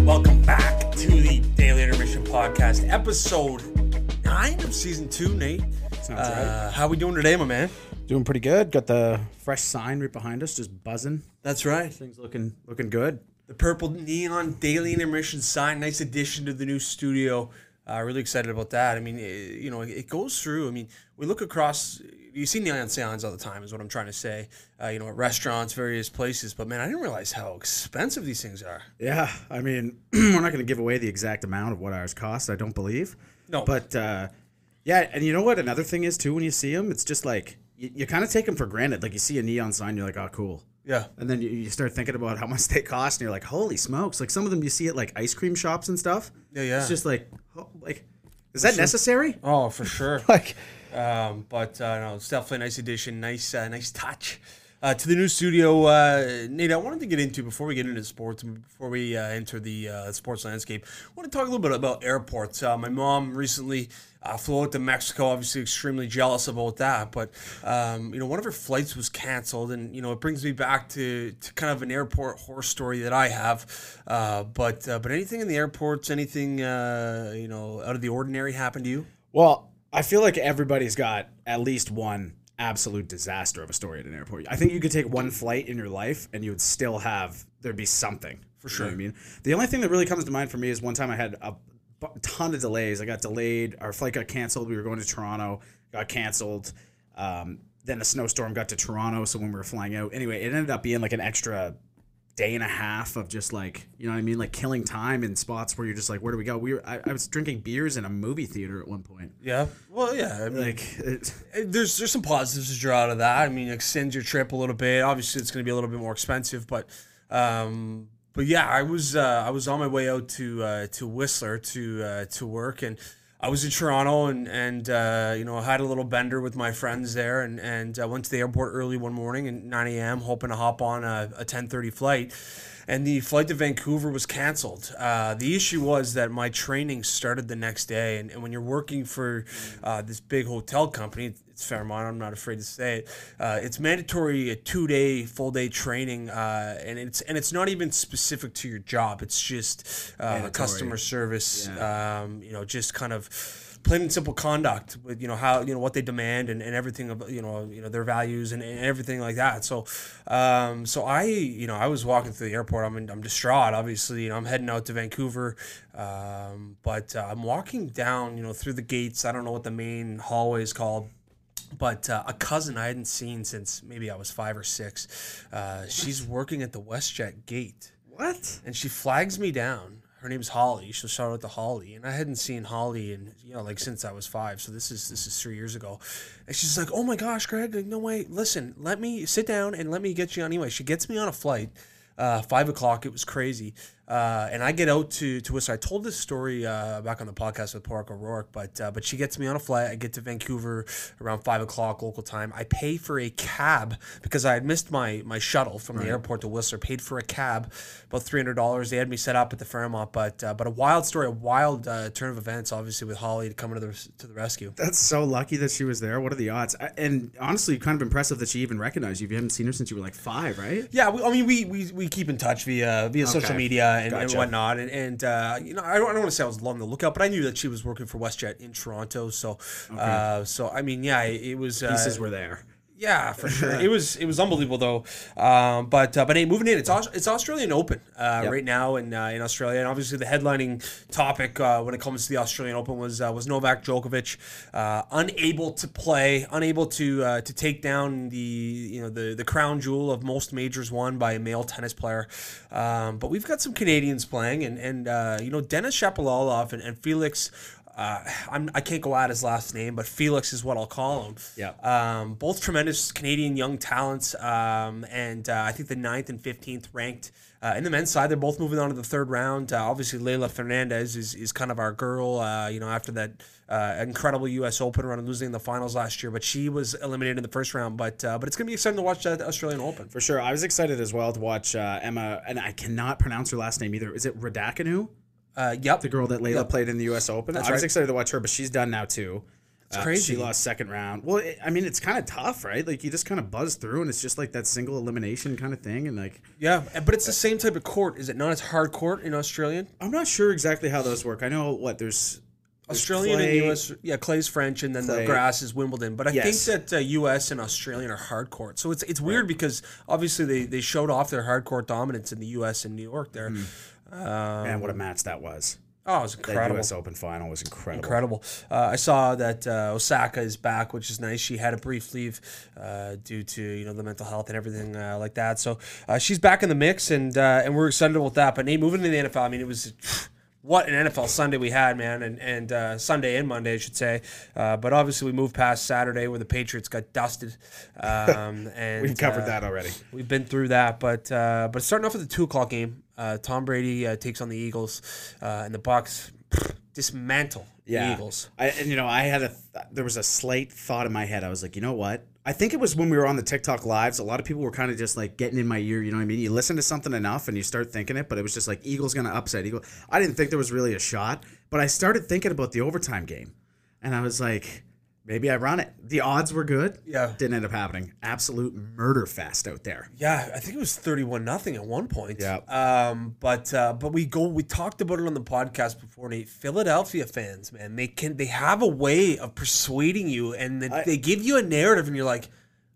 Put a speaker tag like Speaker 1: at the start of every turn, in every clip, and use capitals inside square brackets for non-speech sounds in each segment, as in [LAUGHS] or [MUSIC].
Speaker 1: Welcome back to the Daily Intermission Podcast, episode nine of season two. Nate,
Speaker 2: Sounds right.
Speaker 1: uh, how we doing today, my man?
Speaker 2: Doing pretty good. Got the fresh sign right behind us, just buzzing.
Speaker 1: That's right.
Speaker 2: Things looking looking good.
Speaker 1: The purple neon Daily Intermission sign, nice addition to the new studio. Uh, really excited about that. I mean, it, you know, it goes through. I mean, we look across. You see neon signs all the time, is what I'm trying to say. Uh, you know, at restaurants, various places. But man, I didn't realize how expensive these things are.
Speaker 2: Yeah, I mean, [CLEARS THROAT] we're not going to give away the exact amount of what ours cost. I don't believe.
Speaker 1: No.
Speaker 2: But uh, yeah, and you know what? Another thing is too when you see them, it's just like you, you kind of take them for granted. Like you see a neon sign, you're like, oh, cool.
Speaker 1: Yeah.
Speaker 2: And then you, you start thinking about how [LAUGHS] much they cost, and you're like, holy smokes! Like some of them you see at like ice cream shops and stuff.
Speaker 1: Yeah, yeah.
Speaker 2: It's just like, oh, like, is that necessary?
Speaker 1: Oh, for sure.
Speaker 2: Like,
Speaker 1: Um, but uh, no, it's definitely a nice addition, nice, uh, nice touch uh, to the new studio. Uh, Nate, I wanted to get into before we get into sports, and before we uh, enter the uh, sports landscape. I want to talk a little bit about airports. Uh, my mom recently uh, flew out to Mexico. Obviously, extremely jealous about that. But um, you know, one of her flights was canceled, and you know, it brings me back to, to kind of an airport horror story that I have. Uh, but uh, but anything in the airports, anything uh, you know, out of the ordinary happened to you?
Speaker 2: Well, I feel like everybody's got at least one absolute disaster of a story at an airport. I think you could take one flight in your life and you would still have there'd be something for
Speaker 1: sure.
Speaker 2: I mean, the only thing that really comes to mind for me is one time I had a bu- ton of delays. I got delayed. Our flight got canceled. We were going to Toronto. Got canceled. Um, then a snowstorm got to Toronto. So when we were flying out, anyway, it ended up being like an extra day and a half of just like you know what I mean, like killing time in spots where you're just like, where do we go? We were I, I was drinking beers in a movie theater at one point.
Speaker 1: Yeah. Well, yeah. I mean,
Speaker 2: Like it,
Speaker 1: Uh, there's there's some positives to draw out of that. I mean, extend your trip a little bit. Obviously, it's going to be a little bit more expensive, but um, but yeah, I was uh, I was on my way out to uh, to Whistler to uh, to work, and I was in Toronto, and and uh, you know I had a little bender with my friends there, and and I went to the airport early one morning at 9 a.m. hoping to hop on a, a 10:30 flight. And the flight to Vancouver was canceled. Uh, the issue was that my training started the next day, and, and when you're working for uh, this big hotel company, it's Fairmont. I'm not afraid to say it. Uh, it's mandatory a two day full day training, uh, and it's and it's not even specific to your job. It's just uh, customer service. Um, you know, just kind of plain and simple conduct with you know how you know what they demand and, and everything of you know you know their values and, and everything like that so um so i you know i was walking through the airport i'm, in, I'm distraught obviously you know i'm heading out to vancouver um but uh, i'm walking down you know through the gates i don't know what the main hallway is called but uh, a cousin I hadn't seen since maybe I was five or six. Uh, she's working at the WestJet gate,
Speaker 2: what?
Speaker 1: and she flags me down. Her name's Holly. She'll shout out to Holly, and I hadn't seen Holly in you know like since I was five. So this is this is three years ago, and she's like, "Oh my gosh, Greg! Like, no way! Listen, let me sit down and let me get you on." Anyway, she gets me on a flight. Uh, five o'clock. It was crazy, uh, and I get out to to Whistler. I told this story uh, back on the podcast with Park O'Rourke, but uh, but she gets me on a flight. I get to Vancouver around five o'clock local time. I pay for a cab because I had missed my my shuttle from the airport to Whistler. Paid for a cab, about three hundred dollars. They had me set up at the Fairmont, but uh, but a wild story, a wild uh, turn of events, obviously with Holly coming to the to the rescue.
Speaker 2: That's so lucky that she was there. What are the odds? I, and honestly, kind of impressive that she even recognized you. You haven't seen her since you were like five, right?
Speaker 1: Yeah, we, I mean, we, we, we keep in touch via via social media and, and
Speaker 2: Gotcha.
Speaker 1: whatnot, and, and uh, you know, I don't, I don't want to say I was on the lookout, but I knew that she was working for WestJet in Toronto, so uh, so I mean, yeah, it, it was uh,
Speaker 2: Pieces were there.
Speaker 1: yeah, for sure. it was it was unbelievable though. Um, but uh, but hey, moving in, it's Aus- it's Australian Open uh, right now in uh, in Australia, and obviously the headlining topic uh, when it comes to the Australian Open was uh, was Novak Djokovic uh, unable to play, unable to uh, to take down the you know the the crown jewel of most majors won by a male tennis player. Um, but we've got some Canadians playing, and and uh, you know Dennis Shapovalov and, and Felix. uh, I'm, I can't go out his last name, but Felix is what I'll call him.
Speaker 2: Yeah.
Speaker 1: Um, both tremendous Canadian young talents, um, and uh, I think the ninth and fifteenth ranked uh, in the men's side. They're both moving on to the third round. Uh, obviously, Leila Fernandez is, is kind of our girl. Uh, you know, after that uh, incredible U.S. Open run, and losing in the finals last year, but she was eliminated in the first round. But uh, but it's gonna be exciting to watch that Australian Open.
Speaker 2: For sure. I was excited as well to watch uh, Emma, and I cannot pronounce her last name either. Is it Radakanu?
Speaker 1: Uh, yep.
Speaker 2: The girl that Layla played in the U.S. Open. I was
Speaker 1: right.
Speaker 2: excited to watch her, but she's done now too. It's
Speaker 1: crazy.
Speaker 2: She lost second round. Well, it, I mean, it's kind of tough, right? Like you just kind of buzz through, and it's just like that single elimination kind of thing. And like,
Speaker 1: Yeah, but it's the same type of court, is it not? It's hard court in Australian.
Speaker 2: I'm not sure exactly how those work. I know what there's
Speaker 1: Australian
Speaker 2: clay-
Speaker 1: and US, yeah, clay's French, and then
Speaker 2: Clay.
Speaker 1: the grass is Wimbledon. But I
Speaker 2: Yes.
Speaker 1: think that uh, US and Australian are hard court, so it's it's weird because obviously they, they showed off their hard court dominance in the US and New York there.
Speaker 2: Mm-hmm. man, what a match that was.
Speaker 1: Oh, it was
Speaker 2: That
Speaker 1: Oh. incredible.
Speaker 2: U.S. Open final was incredible.
Speaker 1: Incredible. Uh, I saw that uh, Osaka is back, which is nice. She had a brief leave uh, due to you know the mental health and everything uh, like that. So uh, she's back in the mix, and uh, and we're excited about that. But Nate, moving to the NFL, I mean, it was. [SIGHS] What an NFL Sunday we had, man, and and uh, Sunday and Monday, I should say. Uh, but obviously, we moved past Saturday where the Patriots got dusted. Um, and
Speaker 2: [LAUGHS] We covered
Speaker 1: uh,
Speaker 2: that already.
Speaker 1: We've been through that, but uh, but starting off with the two o'clock game, uh, Tom Brady uh, takes on the Eagles, uh, and the Bucks [SNIFFS] dismantle the
Speaker 2: Yeah.
Speaker 1: Eagles.
Speaker 2: I, and you know, I had a th- there was a slight thought in my head. I was like, you know what? I think it was when we were on the TikTok lives. A lot of people were kind of just like getting in my ear. You know what I mean? You listen to something enough and you start thinking it, but it was just like Eagles gonna upset Eagle. I didn't think there was really a shot, but I started thinking about the overtime game, and I was like, maybe I run it. The odds were good.
Speaker 1: Yeah.
Speaker 2: didn't end up happening. Absolute murder fest out there.
Speaker 1: Yeah, I think it was thirty-one nothing at one point.
Speaker 2: Yeah.
Speaker 1: Um, but uh, but we go. We talked about it on the podcast before, Nate. Philadelphia fans, man, they can they have a way of persuading you, and they, they give you a narrative, and you're like,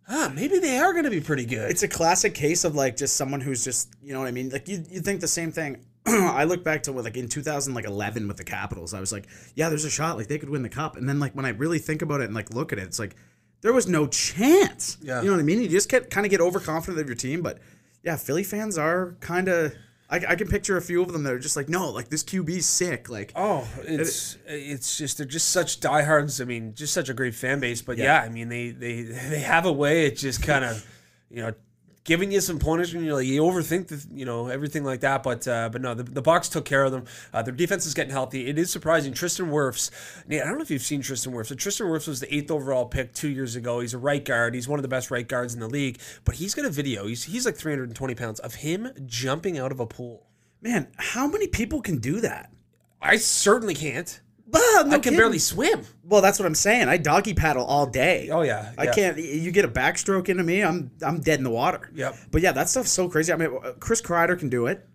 Speaker 1: ah, maybe they are going to be pretty good.
Speaker 2: it's a classic case of like just someone who's just you know what I mean. Like you you think the same thing. [CLEARS THROAT] I look back to what, like in 2011 with the Capitals. I was like, yeah, there's a shot like they could win the cup. And then like when I really think about it and like look at it, it's like there was no chance.
Speaker 1: Yeah.
Speaker 2: you know what I mean. You just get kind of get overconfident of your team, but yeah, Philly fans are kind of. I, I can picture a few of them that are just like, no, like this QB's sick. Like,
Speaker 1: Oh, it's it's just they're just such diehards. I mean, just such a great fan base. But yeah, I mean they they [LAUGHS] they have a way. It's just kind of you know giving you some punishment. You're like you overthink the, you know everything like that. But uh, but no, the, the box took care of them. Uh, their defense is getting healthy. It is surprising. Tristan Wirfs. Nate, I don't know if you've seen Tristan Wirfs. So Tristan Wirfs was the eighth overall pick two years ago. He's a right guard. He's one of the best right guards in the league. But he's got a video. He's he's like 320 pounds of him jumping out of a pool.
Speaker 2: man, how many people can do that?
Speaker 1: I certainly can't.
Speaker 2: Bah, no
Speaker 1: I can
Speaker 2: kidding.
Speaker 1: barely swim.
Speaker 2: Well, that's what I'm saying. I doggy paddle all day.
Speaker 1: Oh, yeah,
Speaker 2: I
Speaker 1: yeah.
Speaker 2: can't. y- You get a backstroke into me, I'm I'm dead in the water.
Speaker 1: Yep.
Speaker 2: But yeah, that stuff's so crazy. I mean, uh, Chris Kreider can do it.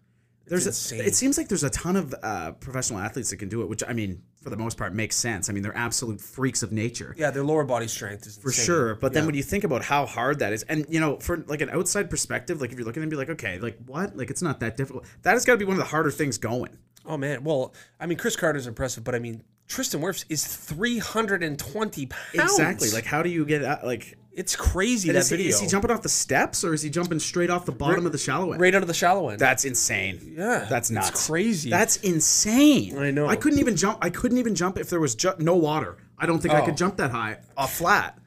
Speaker 2: There's
Speaker 1: insane.
Speaker 2: a, it seems like there's a ton of uh, professional athletes that can do it, which I mean, for the most part, makes sense. I mean, they're absolute freaks of nature.
Speaker 1: Yeah, their lower body strength is
Speaker 2: For sure, but then when you think about how hard that is, and you know, for like an outside perspective, like if you're looking and be like, okay, like what, like it's not that difficult. That has got to be one of the harder things going.
Speaker 1: Oh man, well, I mean, Chris Carter's impressive, but I mean, Tristan Wirfs is 320 pounds.
Speaker 2: Exactly. Like, how do you get out? Like,
Speaker 1: it's crazy that
Speaker 2: is he,
Speaker 1: video.
Speaker 2: is he jumping off the steps or is he jumping straight off the bottom of the shallow end?
Speaker 1: right out of the shallow end?
Speaker 2: That's insane.
Speaker 1: Yeah,
Speaker 2: that's
Speaker 1: it's
Speaker 2: nuts.
Speaker 1: crazy.
Speaker 2: That's insane.
Speaker 1: I know.
Speaker 2: I couldn't even jump. I couldn't even jump if there was ju- no water. I don't think I
Speaker 1: Oh.
Speaker 2: could jump that high off flat.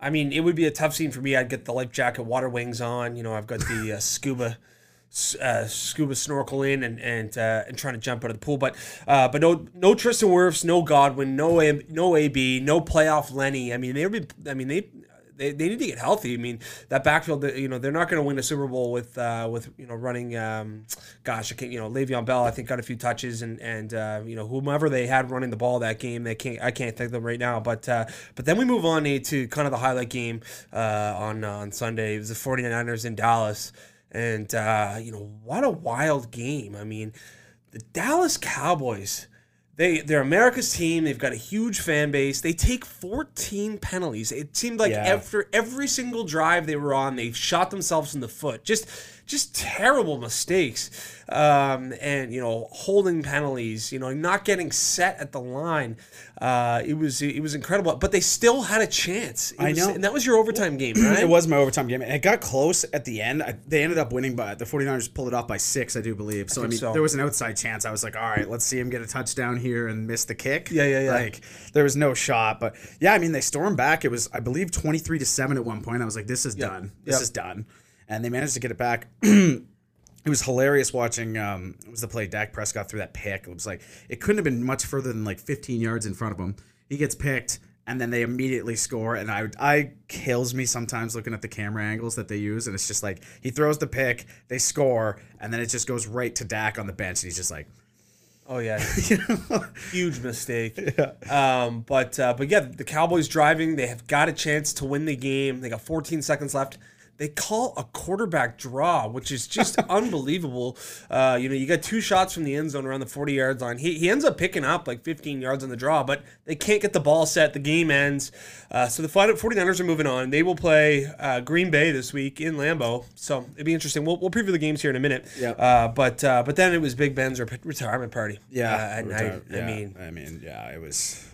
Speaker 1: I mean, it would be a tough scene for me. I'd get the life jacket, water wings on. You know, I've got the uh, scuba. s- Uh, scuba snorkel in and and uh, and trying to jump out of the pool, but uh, but no no Tristan Wirfs, no Godwin, no a- no AB, no playoff Lenny. I mean they were I mean they, they they need to get healthy. I mean that backfield, they- you know they're not going to win a Super Bowl with uh, with you know running. Um, gosh, I can't you know Le'Veon Bell I think got a few touches and and uh, you know whomever they had running the ball that game they can't I can't think of them right now. But uh, but then we move on Nate, to kind of the highlight game uh, on on Sunday. It was the 49ers in Dallas. And uh, you know what a wild game. I mean, the Dallas Cowboys, they they're America's team. They've got a huge fan base. They take 14 penalties. It seemed like
Speaker 2: Yeah.
Speaker 1: after every single drive they were on, they shot themselves in the foot. Just just terrible mistakes um, and you know holding penalties you know not getting set at the line uh, it was it was incredible but they still had a chance It
Speaker 2: I
Speaker 1: was-
Speaker 2: know.
Speaker 1: and that was your overtime game right
Speaker 2: [CLEARS THROAT] It was my overtime game. It got close at the end. I, they ended up winning by the 49ers pulled it off by six, I do believe. So I, mean,
Speaker 1: so.
Speaker 2: there was an outside chance. I was like, all right, let's see him get a touchdown here and miss the kick.
Speaker 1: Yeah, yeah, yeah.
Speaker 2: Like there was no shot, but yeah, I mean, they stormed back. It was, I believe, 23 to seven at one point. I was like, this is done. This
Speaker 1: Yep.
Speaker 2: is done. And they managed to get it back. [CLEARS THROAT] it was hilarious watching. Um, it was the play Dak Prescott threw that pick. It was like it couldn't have been much further than like 15 yards in front of him. He gets picked, and then they immediately score. And I, I kills me sometimes looking at the camera angles that they use, and it's just like he throws the pick, they score, and then it just goes right to Dak on the bench, and he's just like,
Speaker 1: Oh yeah,
Speaker 2: [LAUGHS]
Speaker 1: huge mistake. Um, but uh, but yeah, the Cowboys driving. They have got a chance to win the game. They got 14 seconds left. They call a quarterback draw, which is
Speaker 2: [LAUGHS]
Speaker 1: just unbelievable. Uh, you know, you got two shots from the end zone around the 40 yard line. He, he ends up picking up like 15 yards on the draw, but they can't get the ball set. The game ends. Uh, so the 49ers are moving on. They will play uh, Green Bay this week in Lambeau. So it'd be interesting. We'll, we'll preview the games here in a minute.
Speaker 2: Yep.
Speaker 1: Uh, but uh, but then it was Big Ben's re- retirement party. Uh, and
Speaker 2: We're
Speaker 1: I,
Speaker 2: tired.
Speaker 1: I
Speaker 2: Yeah.
Speaker 1: mean,
Speaker 2: I mean, yeah, it was,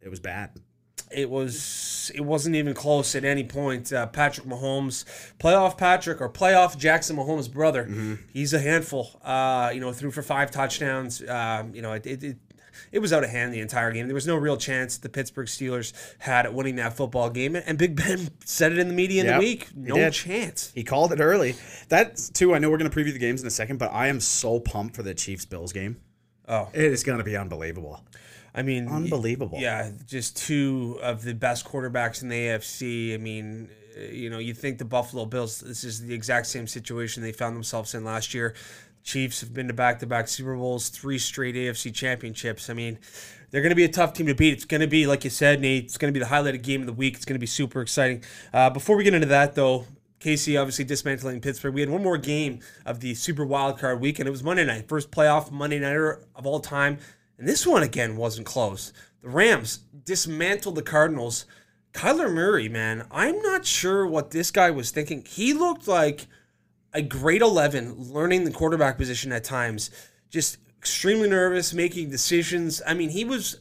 Speaker 2: it was bad.
Speaker 1: it was it wasn't even close at any point. Uh, Patrick Mahomes, playoff Patrick or playoff Jackson Mahomes' brother,
Speaker 2: Mm-hmm.
Speaker 1: he's a handful. Uh, you know, threw for five touchdowns. Um, you know, it. it, it it was out of hand the entire game. There was no real chance the Pittsburgh Steelers had at winning that football game. And Big Ben [LAUGHS] said it in the media in
Speaker 2: Yep,
Speaker 1: the week.
Speaker 2: he
Speaker 1: No
Speaker 2: did.
Speaker 1: chance.
Speaker 2: He called it early. That too. I know we're gonna preview the games in a second, but I am so pumped for the Chiefs Bills game.
Speaker 1: Oh.
Speaker 2: it is gonna be unbelievable.
Speaker 1: I mean,
Speaker 2: Unbelievable.
Speaker 1: Yeah, just two of the best quarterbacks in the AFC. I mean, uh, you know, you think the Buffalo Bills, this is the exact same situation they found themselves in last year. Chiefs have been to back to back Super Bowls, three straight AFC championships. I mean, they're going to be a tough team to beat. It's going to be, like you said, Nate, it's going to be the highlighted game of the week. It's going to be super exciting. Uh, before we get into that, though, KC obviously dismantling Pittsburgh. We had one more game of the Super Wild Card week, and it was Monday night, first playoff Monday nighter of all time. And this one again wasn't close. The Rams dismantled the Cardinals. Kyler Murray, man, I'm not sure what this guy was thinking. He looked like a grade 11 learning the quarterback position at times, just extremely nervous, making decisions. I mean, he was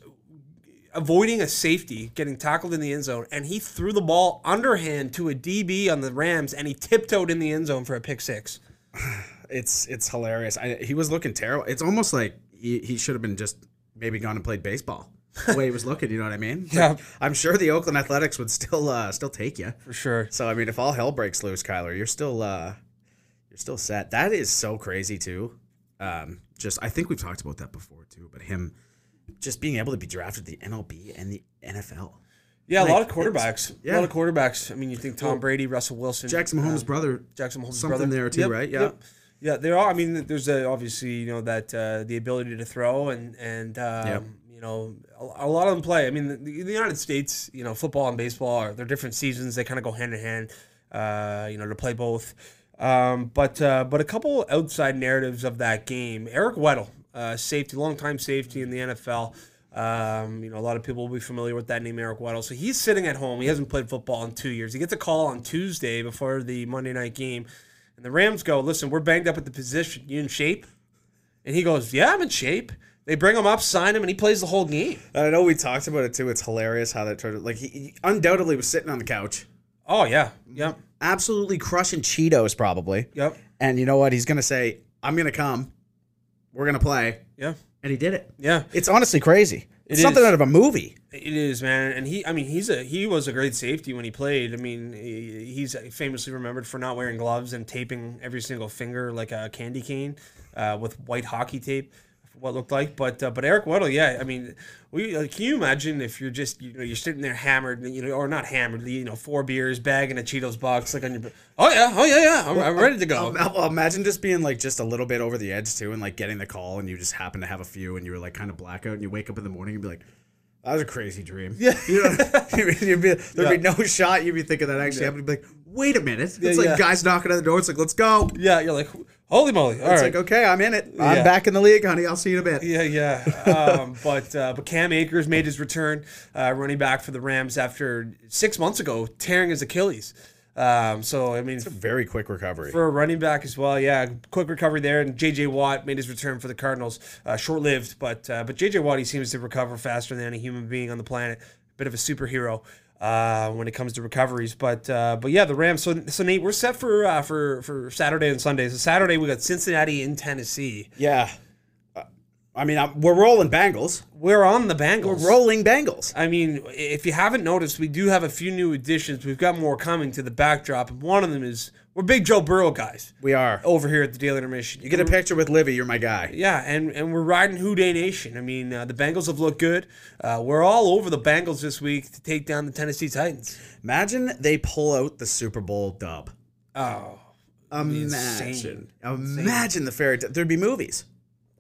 Speaker 1: avoiding a safety, getting tackled in the end zone, and he threw the ball underhand to a DB on the Rams, and he tiptoed in the end zone for a pick six.
Speaker 2: It's it's hilarious. I, he was looking terrible. It's almost like he, he should have been just maybe gone and played baseball. The way he was looking, you know what
Speaker 1: [LAUGHS]
Speaker 2: I mean? It's like,
Speaker 1: Yeah.
Speaker 2: I'm sure the Oakland Athletics would still uh, still take you.
Speaker 1: For sure.
Speaker 2: So I mean, if all hell breaks loose, Kyler, you're still uh, you're still set. That is so crazy too. Um, just I think we've talked about that before too, but him just being able to be drafted to the MLB and the NFL.
Speaker 1: Yeah, a lot of
Speaker 2: Like, it's-
Speaker 1: quarterbacks. A
Speaker 2: yeah.
Speaker 1: lot of quarterbacks. I mean, you think Tom Brady, Russell Wilson,
Speaker 2: Jackson Mahomes'
Speaker 1: uh,
Speaker 2: brother,
Speaker 1: Jackson Mahomes'
Speaker 2: something
Speaker 1: brother.
Speaker 2: there too,
Speaker 1: Yep,
Speaker 2: right? Yeah.
Speaker 1: yep. Yeah, there are. I mean, there's a, obviously you know that uh, the ability to throw and and um,
Speaker 2: Yep.
Speaker 1: you know a, a lot of them play. I mean, the, the United States, you know, football and baseball are they're different seasons. They kind of go hand in hand. Uh, you know, to play both. Um, but uh, but a couple outside narratives of that game. Eric Weddle, uh, safety, longtime safety in the NFL. Um, you know, a lot of people will be familiar with that name, Eric Weddle. So he's sitting at home. He hasn't played football in two years. He gets a call on Tuesday before the Monday night game. And the Rams go, listen, we're banged up at the position. You in shape? And he goes, yeah, I'm in shape. They bring him up, sign him, and he plays the whole game.
Speaker 2: And I know we talked about it too. It's hilarious how that turned. out. Like he, he undoubtedly was sitting on the couch,
Speaker 1: Oh, yeah. Yep.
Speaker 2: absolutely crushing Cheetos, probably.
Speaker 1: Yep.
Speaker 2: And you know what? He's gonna say, "I'm gonna come. We're gonna play,"
Speaker 1: Yeah.
Speaker 2: and he did it.
Speaker 1: Yeah.
Speaker 2: It's honestly crazy. it's
Speaker 1: is.
Speaker 2: something out of a movie.
Speaker 1: It is, man, and he. I mean, he's a he was a great safety when he played. I mean, he, he's famously remembered for not wearing gloves and taping every single finger like a candy cane uh, with white hockey tape. What it looked like, but uh, but Eric Weddle, yeah. I mean, we like, can you imagine if you're just you know you're sitting there hammered, you know, or not hammered, you know, four beers, bag, and a Cheetos box, like on your. Oh yeah, oh yeah, yeah. I'm, I'm ready to go.
Speaker 2: Im- Imagine just being like just a little bit over the edge too, and like getting the call, and you just happen to have a few, and you were like kind of blackout, and you wake up in the morning and be like, "That was a crazy dream." Yeah, [LAUGHS] you know, you'd be, there'd be no shot you'd be thinking that actually happened. You'd be like, "Wait a minute!" It's like
Speaker 1: yeah.
Speaker 2: guys knocking on the door. It's like, "Let's go."
Speaker 1: Yeah, you're like, holy moly! All right.
Speaker 2: It's like, "Okay, I'm in it. I'm
Speaker 1: Yeah.
Speaker 2: back in the league, honey. I'll see you in a bit."
Speaker 1: Yeah, yeah. Um, [LAUGHS] but uh, but Cam Akers made his return, uh, running back for the Rams after six months ago tearing his Achilles. Um, so I mean,
Speaker 2: It's a very quick recovery.
Speaker 1: for a running back as well. Yeah, quick recovery there, and J.J. Watt made his return for the Cardinals, uh, short-lived, but uh, but J.J. Watt he seems to recover faster than any human being on the planet. Bit of a superhero uh, when it comes to recoveries, but uh, but yeah, the Rams. So so Nate, we're set for uh, for for Saturday and Sunday. So Saturday we got Cincinnati in Tennessee.
Speaker 2: yeah. Uh, I mean, I'm, we're rolling Bengals.
Speaker 1: We're on the Bengals.
Speaker 2: We're rolling Bengals.
Speaker 1: I mean, if you haven't noticed, we do have a few new additions. We've got more coming to the backdrop, and one of them is we're big Joe Burrow guys
Speaker 2: We are.
Speaker 1: over here at the Daily Intermission.
Speaker 2: You Oh, get a picture with Livy, you're my guy.
Speaker 1: Yeah, and, and we're riding Houday Nation. I mean, uh, the Bengals have looked good. Uh, we're all over the Bengals this week to take down the Tennessee Titans.
Speaker 2: Imagine they pull out the Super Bowl dub.
Speaker 1: Oh,
Speaker 2: Imagine.
Speaker 1: insane.
Speaker 2: Imagine the fairy tale. There'd be movies.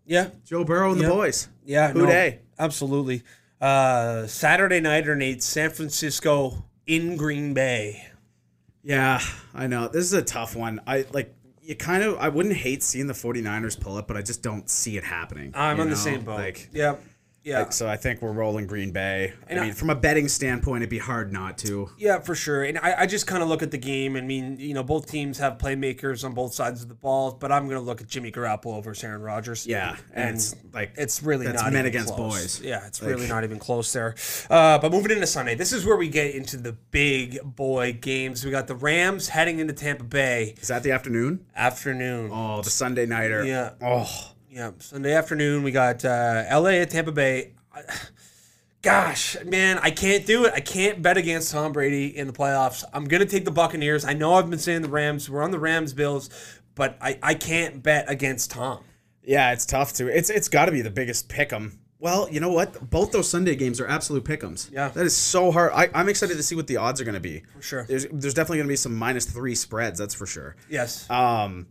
Speaker 1: yeah,
Speaker 2: Joe Burrow and
Speaker 1: Yeah.
Speaker 2: the boys.
Speaker 1: yeah.
Speaker 2: Who day?
Speaker 1: Absolutely. Uh, Saturday night or Nate, San Francisco in Green Bay.
Speaker 2: Yeah, I know. This is a tough one. I like you kind of I wouldn't hate seeing the 49ers pull it, but I just don't see it happening.
Speaker 1: I'm
Speaker 2: you
Speaker 1: on the
Speaker 2: know?
Speaker 1: same boat.
Speaker 2: Like,
Speaker 1: yeah, yeah.
Speaker 2: like, so I think we're rolling Green Bay.
Speaker 1: And
Speaker 2: I
Speaker 1: I-
Speaker 2: mean, from a betting standpoint, it'd be hard not to.
Speaker 1: Yeah, for sure. And I, I just kind of look at the game. I mean, you know, both teams have playmakers on both sides of the ball, but I'm going to look at Jimmy Garoppolo versus Aaron Rodgers.
Speaker 2: Yeah, and,
Speaker 1: And
Speaker 2: it's like
Speaker 1: It's really
Speaker 2: That's
Speaker 1: not
Speaker 2: men
Speaker 1: even
Speaker 2: against
Speaker 1: close.
Speaker 2: boys.
Speaker 1: Yeah, it's really not even close there. Uh, but moving into Sunday, this is where we get into the big boy games. We got the Rams heading into Tampa Bay
Speaker 2: is that the afternoon?
Speaker 1: afternoon.
Speaker 2: Oh, the Sunday nighter.
Speaker 1: Yeah.
Speaker 2: Oh,
Speaker 1: Yeah, Sunday afternoon we got uh, L.A. at Tampa Bay. I- Gosh, man, I can't do it. I can't bet against Tom Brady in the playoffs. I'm gonna take the Buccaneers. I know I've been saying the Rams. We're on the Rams Bills, but I, I can't bet against Tom.
Speaker 2: yeah. It's tough to. It's it's got to be the biggest pick'em. Well, you know what? Both those Sunday games are absolute pick'ems.
Speaker 1: Yeah.
Speaker 2: that is so hard. I, I'm excited to see what the odds are going to be. For
Speaker 1: sure.
Speaker 2: There's there's definitely going to be some minus three spreads. That's for sure.
Speaker 1: Yes.
Speaker 2: Um,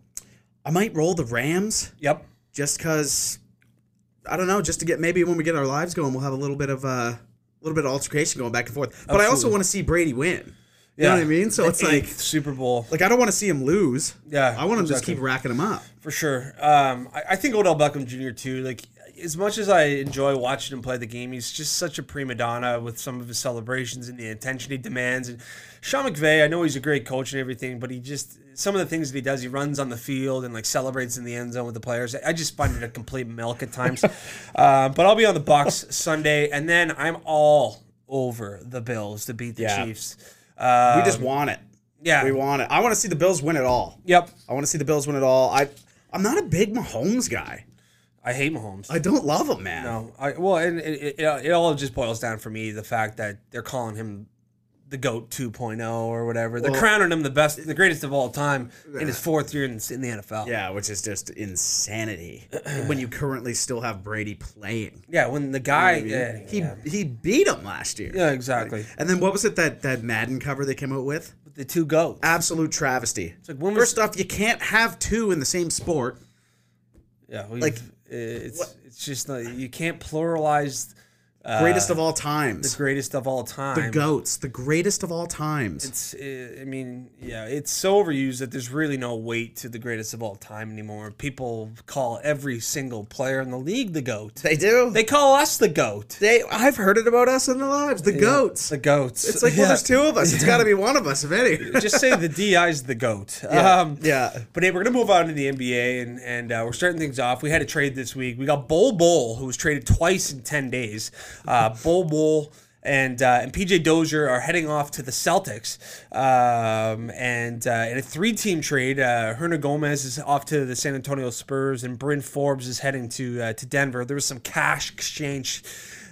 Speaker 2: I might roll the Rams
Speaker 1: yep.
Speaker 2: just because I don't know, just to get maybe when we get our lives going, we'll have a little bit of uh, a little bit of altercation going back and forth. But I also
Speaker 1: Absolutely.
Speaker 2: want to see Brady win. You know
Speaker 1: Yeah.
Speaker 2: what I mean? So it's like
Speaker 1: Eighth Super Bowl.
Speaker 2: like I don't want to see him lose.
Speaker 1: Yeah,
Speaker 2: I want him to just
Speaker 1: exactly.
Speaker 2: keep racking him up.
Speaker 1: For sure. Um, I, I think Odell Beckham Jr. too. Like as much as I enjoy watching him play the game, he's just such a prima donna with some of his celebrations and the attention he demands. And Sean McVay, I know he's a great coach and everything, but he just some of the things that he does, he runs on the field and like celebrates in the end zone with the players. I just find it a complete milk at
Speaker 2: [LAUGHS]
Speaker 1: times. uh, but I'll be on the Bucks Sunday, and then I'm all over the Bills to beat the
Speaker 2: Yeah.
Speaker 1: Chiefs. Uh,
Speaker 2: we just want it.
Speaker 1: yeah.
Speaker 2: We want it. I want to see the Bills win it all.
Speaker 1: yep.
Speaker 2: I want to see the Bills win it all. I I'm not a big Mahomes guy.
Speaker 1: I hate Mahomes.
Speaker 2: I don't love him, man.
Speaker 1: No, I well, and it, it, it all just boils down for me the fact that they're calling him the goat 2.0 or whatever. They're
Speaker 2: Well-
Speaker 1: crowning him the best, the greatest of all time in his fourth year in, in the NFL.
Speaker 2: Yeah, which is
Speaker 1: [CLEARS THROAT]
Speaker 2: just insanity when you currently still have Brady playing.
Speaker 1: Yeah, when the guy, yeah,
Speaker 2: He
Speaker 1: yeah,
Speaker 2: he beat him last year.
Speaker 1: Yeah, exactly.
Speaker 2: And then what was it that that Madden cover they came out with?
Speaker 1: the two goats.
Speaker 2: Absolute travesty.
Speaker 1: like, when was-
Speaker 2: First off, you can't have two in the same sport.
Speaker 1: yeah,
Speaker 2: like,
Speaker 1: like it's it's just not, you can't pluralize Uh,
Speaker 2: Greatest of all times.
Speaker 1: greatest of all time.
Speaker 2: The goats, the greatest of all times.
Speaker 1: It's, uh, I mean, yeah, it's so overused that there's really no weight to the greatest of all time anymore. People call every single player in the league the goat.
Speaker 2: They do.
Speaker 1: They call us the goat.
Speaker 2: they I've heard it about us in the lives. The goats.
Speaker 1: The goats.
Speaker 2: it's like well,
Speaker 1: Yeah.
Speaker 2: there's two of us. It's got to be one of us, if any.
Speaker 1: Just say the DI's the goat. Um,
Speaker 2: yeah.
Speaker 1: But hey, we're gonna move on to the NBA, and and uh, we're starting things off. We had a trade this week. We got Bol Bol, who was traded twice in ten days. Uh, Bol Bol and uh, and PJ Dozier are heading off to the Celtics. Um, and uh, in a three-team trade, uh, Hernan Gomez is off to the San Antonio Spurs, and Bryn Forbes is heading to uh, to Denver. There was some cash exchange.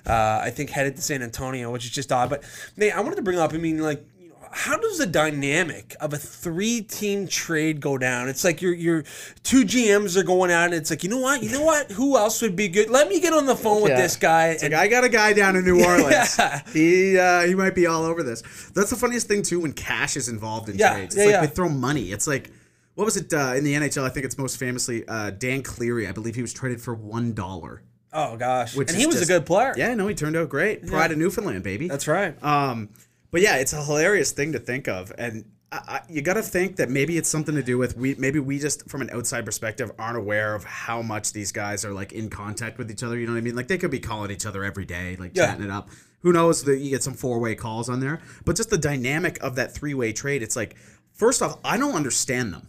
Speaker 1: Uh, I think headed to San Antonio, which is just odd. But Nate, I wanted to bring up. I mean, like you know, how does the dynamic of a three-team trade go down? It's like your your two GMs are going out, and it's like you know what, you know what, who else would be good? Let me get on the phone with
Speaker 2: Yeah.
Speaker 1: this guy.
Speaker 2: Like
Speaker 1: And,
Speaker 2: I got a guy down in New Orleans.
Speaker 1: [LAUGHS] Yeah.
Speaker 2: He uh, he might be all over this. That's the funniest thing too when cash is involved in
Speaker 1: Yeah,
Speaker 2: trades. It's
Speaker 1: yeah,
Speaker 2: like
Speaker 1: yeah.
Speaker 2: they throw money. It's like what was it uh, in the NHL? I think it's most famously uh, Dan Cleary. I believe he was traded for one dollar.
Speaker 1: oh gosh,
Speaker 2: Which
Speaker 1: and
Speaker 2: is
Speaker 1: he was
Speaker 2: just-
Speaker 1: a good player.
Speaker 2: Yeah, no, he turned out great. Pride of Newfoundland, baby.
Speaker 1: that's right.
Speaker 2: Um, but yeah, it's a hilarious thing to think of, and I, I, you got to think that maybe it's something to do with we. Maybe we just, from an outside perspective, aren't aware of how much these guys are like in contact with each other. You know what I mean? Like they could be calling each other every day, like
Speaker 1: Yeah.
Speaker 2: chatting it up. Who knows that you get some four way calls on there? But just the dynamic of that three way trade, it's like First off, I don't understand them.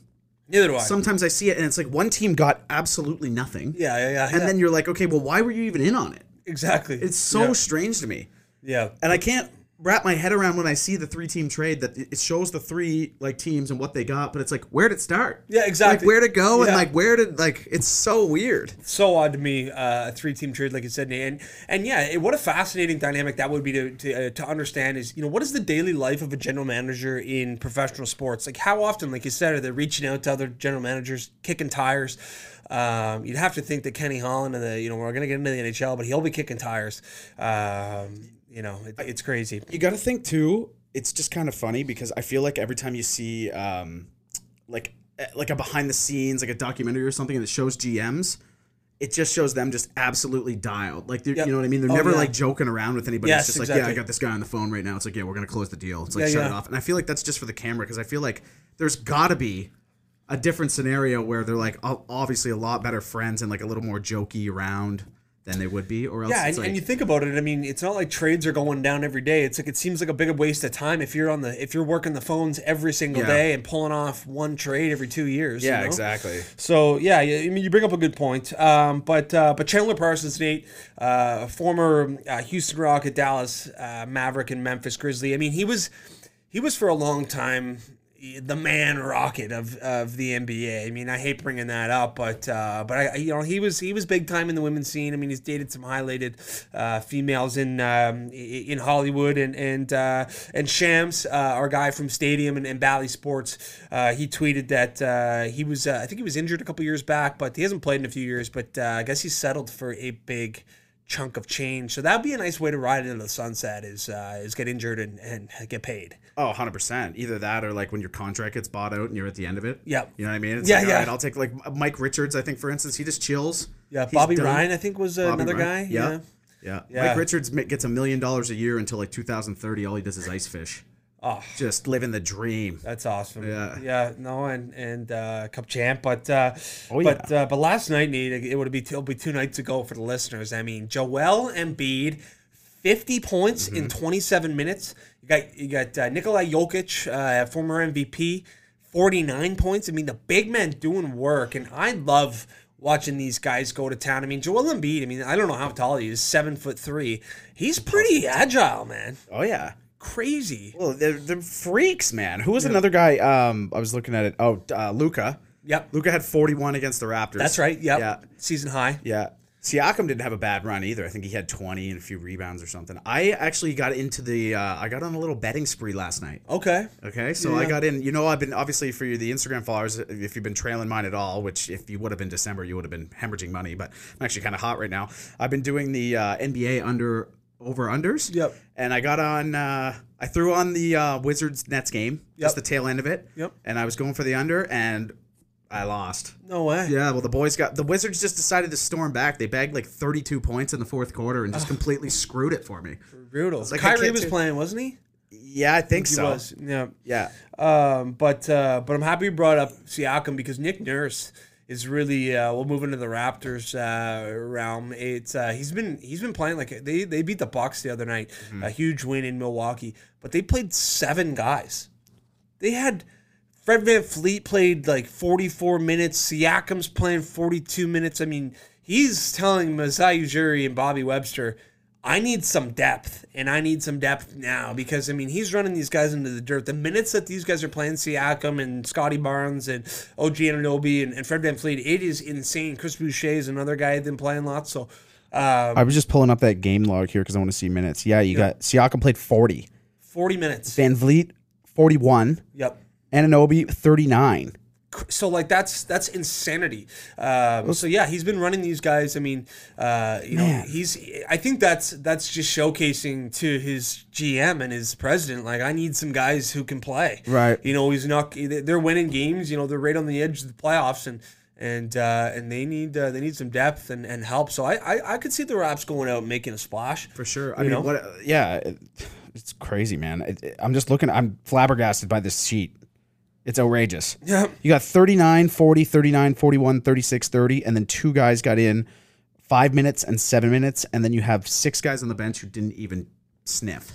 Speaker 1: Neither do I.
Speaker 2: Sometimes I see it and it's like one team got absolutely nothing.
Speaker 1: yeah, yeah, yeah.
Speaker 2: And then you're like, okay, well, why were you even in on it?
Speaker 1: exactly.
Speaker 2: It's so
Speaker 1: yeah.
Speaker 2: strange to me.
Speaker 1: yeah.
Speaker 2: And I can't wrap my head around when I see the three team trade that it it shows the three like teams and what they got, but it's like where did it start?
Speaker 1: Yeah,
Speaker 2: Like
Speaker 1: exactly.
Speaker 2: where to go and
Speaker 1: Yeah.
Speaker 2: like where did like it's so weird.
Speaker 1: so odd to me uh, a three team trade like you said Nate. and and yeah it, what a fascinating dynamic that would be to to, uh, to understand is you know what is the daily life of a general manager in professional sports like how often like you said are they reaching out to other general managers kicking tires um, you'd have to think that Kenny Holland and the you know we're gonna get into the NHL but he'll be kicking tires um, you know it, it's crazy
Speaker 2: You got to think too. It's just kind of funny because I feel like every time you see um, like eh, like a behind the scenes, like a documentary or something, and it shows GMs, it just shows them just absolutely dialed. Like they're
Speaker 1: Yep.
Speaker 2: you know what I mean. They're
Speaker 1: Oh,
Speaker 2: never
Speaker 1: yeah.
Speaker 2: like joking around with anybody.
Speaker 1: Yes,
Speaker 2: it's just like yeah,
Speaker 1: exactly.
Speaker 2: I got this guy on the phone right now. It's like yeah, we're gonna close the deal. It's like
Speaker 1: Yeah,
Speaker 2: shut
Speaker 1: yeah.
Speaker 2: it off. And I feel like that's just for the camera because I feel like there's gotta be. A different scenario where they're like o- obviously a lot better friends and like a little more jokey around than they would be, or else
Speaker 1: Yeah, and,
Speaker 2: it's like,
Speaker 1: and you think about it. I mean, it's not like trades are going down every day. It's like it seems like a big waste of time if you're on the if you're working the phones every single
Speaker 2: Yeah.
Speaker 1: day and pulling off one trade every two years. you know?
Speaker 2: exactly.
Speaker 1: So yeah, yeah, I mean, you bring up a good point. Um, but uh, but Chandler Parsons, Nate, uh, former uh, Houston Rocket, Dallas uh, Maverick, and Memphis Grizzly. I mean, he was he was for a long time the man rocket of, of the NBA. I mean, I hate bringing that up, but uh, but I you know he was he was big time in the women's scene. I mean, he's dated some highlighted uh, females in um, i- in Hollywood and and uh, and Shams, uh, our guy from Stadium and, and Bally Sports. Uh, he tweeted that uh, he was uh, I think he was injured a couple years back, but he hasn't played in a few years. But uh, I guess he's settled for a big chunk of change. So that'd be a nice way to ride into the sunset is uh, is get injured and, and get paid.
Speaker 2: Oh, 100%. Either that or like when your contract gets bought out and you're at the end of it.
Speaker 1: Yep.
Speaker 2: You know what I mean? It's
Speaker 1: Yeah,
Speaker 2: like,
Speaker 1: yeah.
Speaker 2: All right, I'll take like Mike Richards, I think, for instance. He just chills.
Speaker 1: Yeah,
Speaker 2: He's
Speaker 1: Bobby
Speaker 2: done.
Speaker 1: Ryan, I think, was uh,
Speaker 2: Bobby
Speaker 1: another
Speaker 2: Ryan.
Speaker 1: guy.
Speaker 2: Yeah.
Speaker 1: Yeah.
Speaker 2: Yeah.
Speaker 1: Yeah.
Speaker 2: Mike Richards ma- gets a million dollars a year until like 2030. All he does is ice fish.
Speaker 1: Oh.
Speaker 2: Just living the dream.
Speaker 1: That's awesome.
Speaker 2: Yeah.
Speaker 1: yeah, no, and and uh, Cup champ, but uh,
Speaker 2: Oh,
Speaker 1: but uh, but last night, Nate, it would be it'll be two nights ago for the listeners. I mean, Joel Embiid, fifty points in
Speaker 2: Mm-hmm.
Speaker 1: twenty seven minutes. You got you got uh, Nikolai Jokic, uh, former MVP, forty nine points. I mean, the big men doing work, and I love watching these guys go to town. I mean, Joel Embiid. I mean, I don't know how tall he is, seven foot three. He's pretty agile, man.
Speaker 2: Oh, yeah.
Speaker 1: Crazy.
Speaker 2: Well, they're, they're freaks, man. Who was another guy? Um, I was looking at it. Oh, uh, Luca.
Speaker 1: Yep.
Speaker 2: Luca had 41 against the Raptors.
Speaker 1: That's right. Yep.
Speaker 2: Yeah.
Speaker 1: Season high.
Speaker 2: Yeah. Siakam didn't have a bad run either. I think he had 20 and a few rebounds or something. I actually got into the uh, I got on a little betting spree last night.
Speaker 1: Okay.
Speaker 2: Okay, so I got in. You know, I've been obviously for you the Instagram followers. If you've been trailing mine at all, which if you would have been December, you would have been hemorrhaging money. But I'm actually kind of hot right now. I've been doing the uh, NBA under over unders.
Speaker 1: Yep.
Speaker 2: And I got on. Uh, I threw on the uh, Wizards Nets game. Just the tail end of it.
Speaker 1: Yep.
Speaker 2: And I was going for the under, and I lost.
Speaker 1: No way.
Speaker 2: Yeah, well, the boys got the Wizards just decided to storm back. They bagged like 32 points in the fourth quarter and just completely screwed it for me.
Speaker 1: Brutal.
Speaker 2: like, I
Speaker 1: Kyrie
Speaker 2: can't
Speaker 1: was
Speaker 2: do-
Speaker 1: playing, wasn't he?
Speaker 2: Yeah, I think
Speaker 1: He
Speaker 2: so.
Speaker 1: was. Yeah.
Speaker 2: Yeah.
Speaker 1: Um, but uh, but I'm happy you brought up Siakam because Nick Nurse is really uh, we'll move into the Raptors uh, realm. It's uh, he's been he's been playing like they they beat the Bucks the other night,
Speaker 2: Mm-hmm.
Speaker 1: a huge win in Milwaukee. But they played seven guys. They had Fred Van Fleet played like 44 minutes. Siakam's playing 42 minutes. I mean, he's telling Masai Ujiri and Bobby Webster, I need some depth, and I need some depth now because, I mean, he's running these guys into the dirt. The minutes that these guys are playing Siakam and Scotty Barnes and OG Ananobi and, and Fred Van Fleet, it is insane. Chris Boucher is another guy that's been playing lots. So, um,
Speaker 2: I was just pulling up that game log here because I want to see minutes. Yeah, you got Siakam played 40,
Speaker 1: 40 minutes.
Speaker 2: Van Vliet 41,
Speaker 1: Yep.
Speaker 2: Ananobi 39.
Speaker 1: so like that's that's insanity. Um, so yeah, he's been running these guys. I mean, uh, you know, he's. I think that's that's just showcasing to his GM and his president. Like, I need some guys who can play.
Speaker 2: Right.
Speaker 1: You know, he's not. They're winning games. You know, they're right on the edge of the playoffs and. And uh, and they need uh, they need some depth and, and help. So I, I, I could see the Raps going out and making a splash.
Speaker 2: For sure. I
Speaker 1: You
Speaker 2: mean,
Speaker 1: know?
Speaker 2: what? Yeah, it- it's crazy, man. It- it- I'm just looking. I'm flabbergasted by this sheet. It's outrageous.
Speaker 1: Yeah.
Speaker 2: You got 39, 40, 39, 41, 36, 30, and then two guys got in five minutes and seven minutes, and then
Speaker 1: [LAUGHS]
Speaker 2: you have six guys on the bench who didn't even sniff.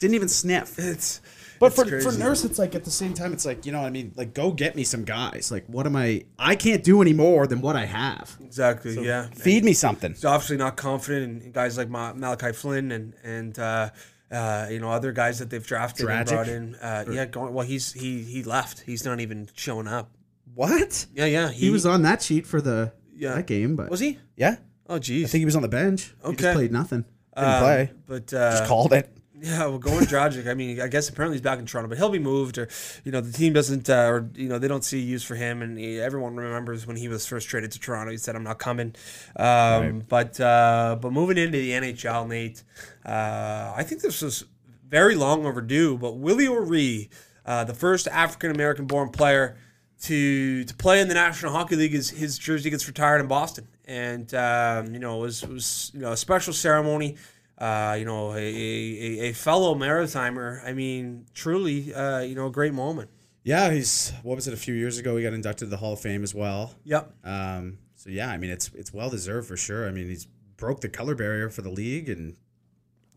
Speaker 2: didn't even sniff.
Speaker 1: It's
Speaker 2: But for,
Speaker 1: crazy.
Speaker 2: for nurse, it's like at the same time, it's like you know what I mean. Like, go get me some guys. Like, what am I? I can't do any more than what I have.
Speaker 1: Exactly. yeah.
Speaker 2: Feed me something.
Speaker 1: He's obviously not confident in guys like Ma- Malachi Flynn and and uh, uh, you know other guys that they've drafted and
Speaker 2: Dragic?
Speaker 1: brought in. Uh, yeah, going, well, he's he he left. He's not even showing up.
Speaker 2: What?
Speaker 1: Yeah, yeah.
Speaker 2: He was on that sheet for the
Speaker 1: Yeah.
Speaker 2: that game, but
Speaker 1: Was he?
Speaker 2: yeah,
Speaker 1: Oh,
Speaker 2: I
Speaker 1: geez.
Speaker 2: think he was on the bench. He
Speaker 1: Okay.
Speaker 2: just played nothing. Didn't
Speaker 1: Um,
Speaker 2: play.
Speaker 1: But uh,
Speaker 2: Just called it.
Speaker 1: [LAUGHS] Yeah, well, going Dragic. I mean, I guess apparently he's back in Toronto, but he'll be moved, or you know, the team doesn't, uh, or you know, they don't see use for him. And he, everyone remembers when he was first traded to Toronto. He said, "I'm not coming." Um, But uh, but moving into the NHL, Nate, uh, I think this was very long overdue. But Willie O'Ree, uh, the first African American born player to to play in the National Hockey League, is his jersey gets retired in Boston, and um, you know, it was it was you know a special ceremony uh, you know, a, a, a- a fellow Maritimer. I mean, truly, uh, you know, a great moment.
Speaker 2: Yeah, he's what was it a few years ago? He got inducted to the Hall of Fame as well.
Speaker 1: Yep.
Speaker 2: Um, so yeah, I mean it's it's well deserved for sure. I mean he's broke the color barrier for the league, and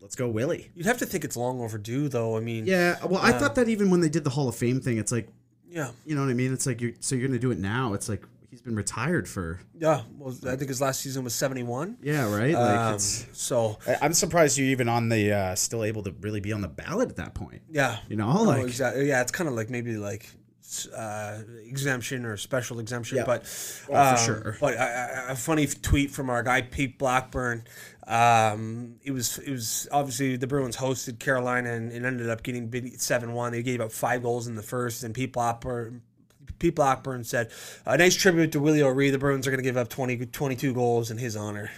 Speaker 2: let's go Willie.
Speaker 1: You'd have to think it's long overdue, though. I mean,
Speaker 2: Yeah, well, I thought that even when they did the Hall of Fame thing, it's like
Speaker 1: yeah,
Speaker 2: you know what I mean. It's like you so you're gonna do it now. It's like he's been retired for
Speaker 1: yeah. Well, I think his last season was 71.
Speaker 2: yeah, right. Like
Speaker 1: Um,
Speaker 2: it's.
Speaker 1: so,
Speaker 2: I'm surprised you even on the uh, still able to really be on the ballot at that point.
Speaker 1: yeah.
Speaker 2: You know, Oh, like
Speaker 1: Oh, exactly. Yeah, it's kind of like maybe like s- uh, exemption or special exemption,
Speaker 2: Yeah.
Speaker 1: but
Speaker 2: Oh, for
Speaker 1: um,
Speaker 2: sure.
Speaker 1: But a, a- a funny tweet from our guy Pete Blackburn. Um, it was it was obviously the Bruins hosted Carolina and, and ended up getting seven one. They gave up five goals in the first, and Pete Blackburn. Pete Blackburn said, "A nice tribute to Willie O'Ree. The Bruins are going to give up 20, 22 goals in his honor."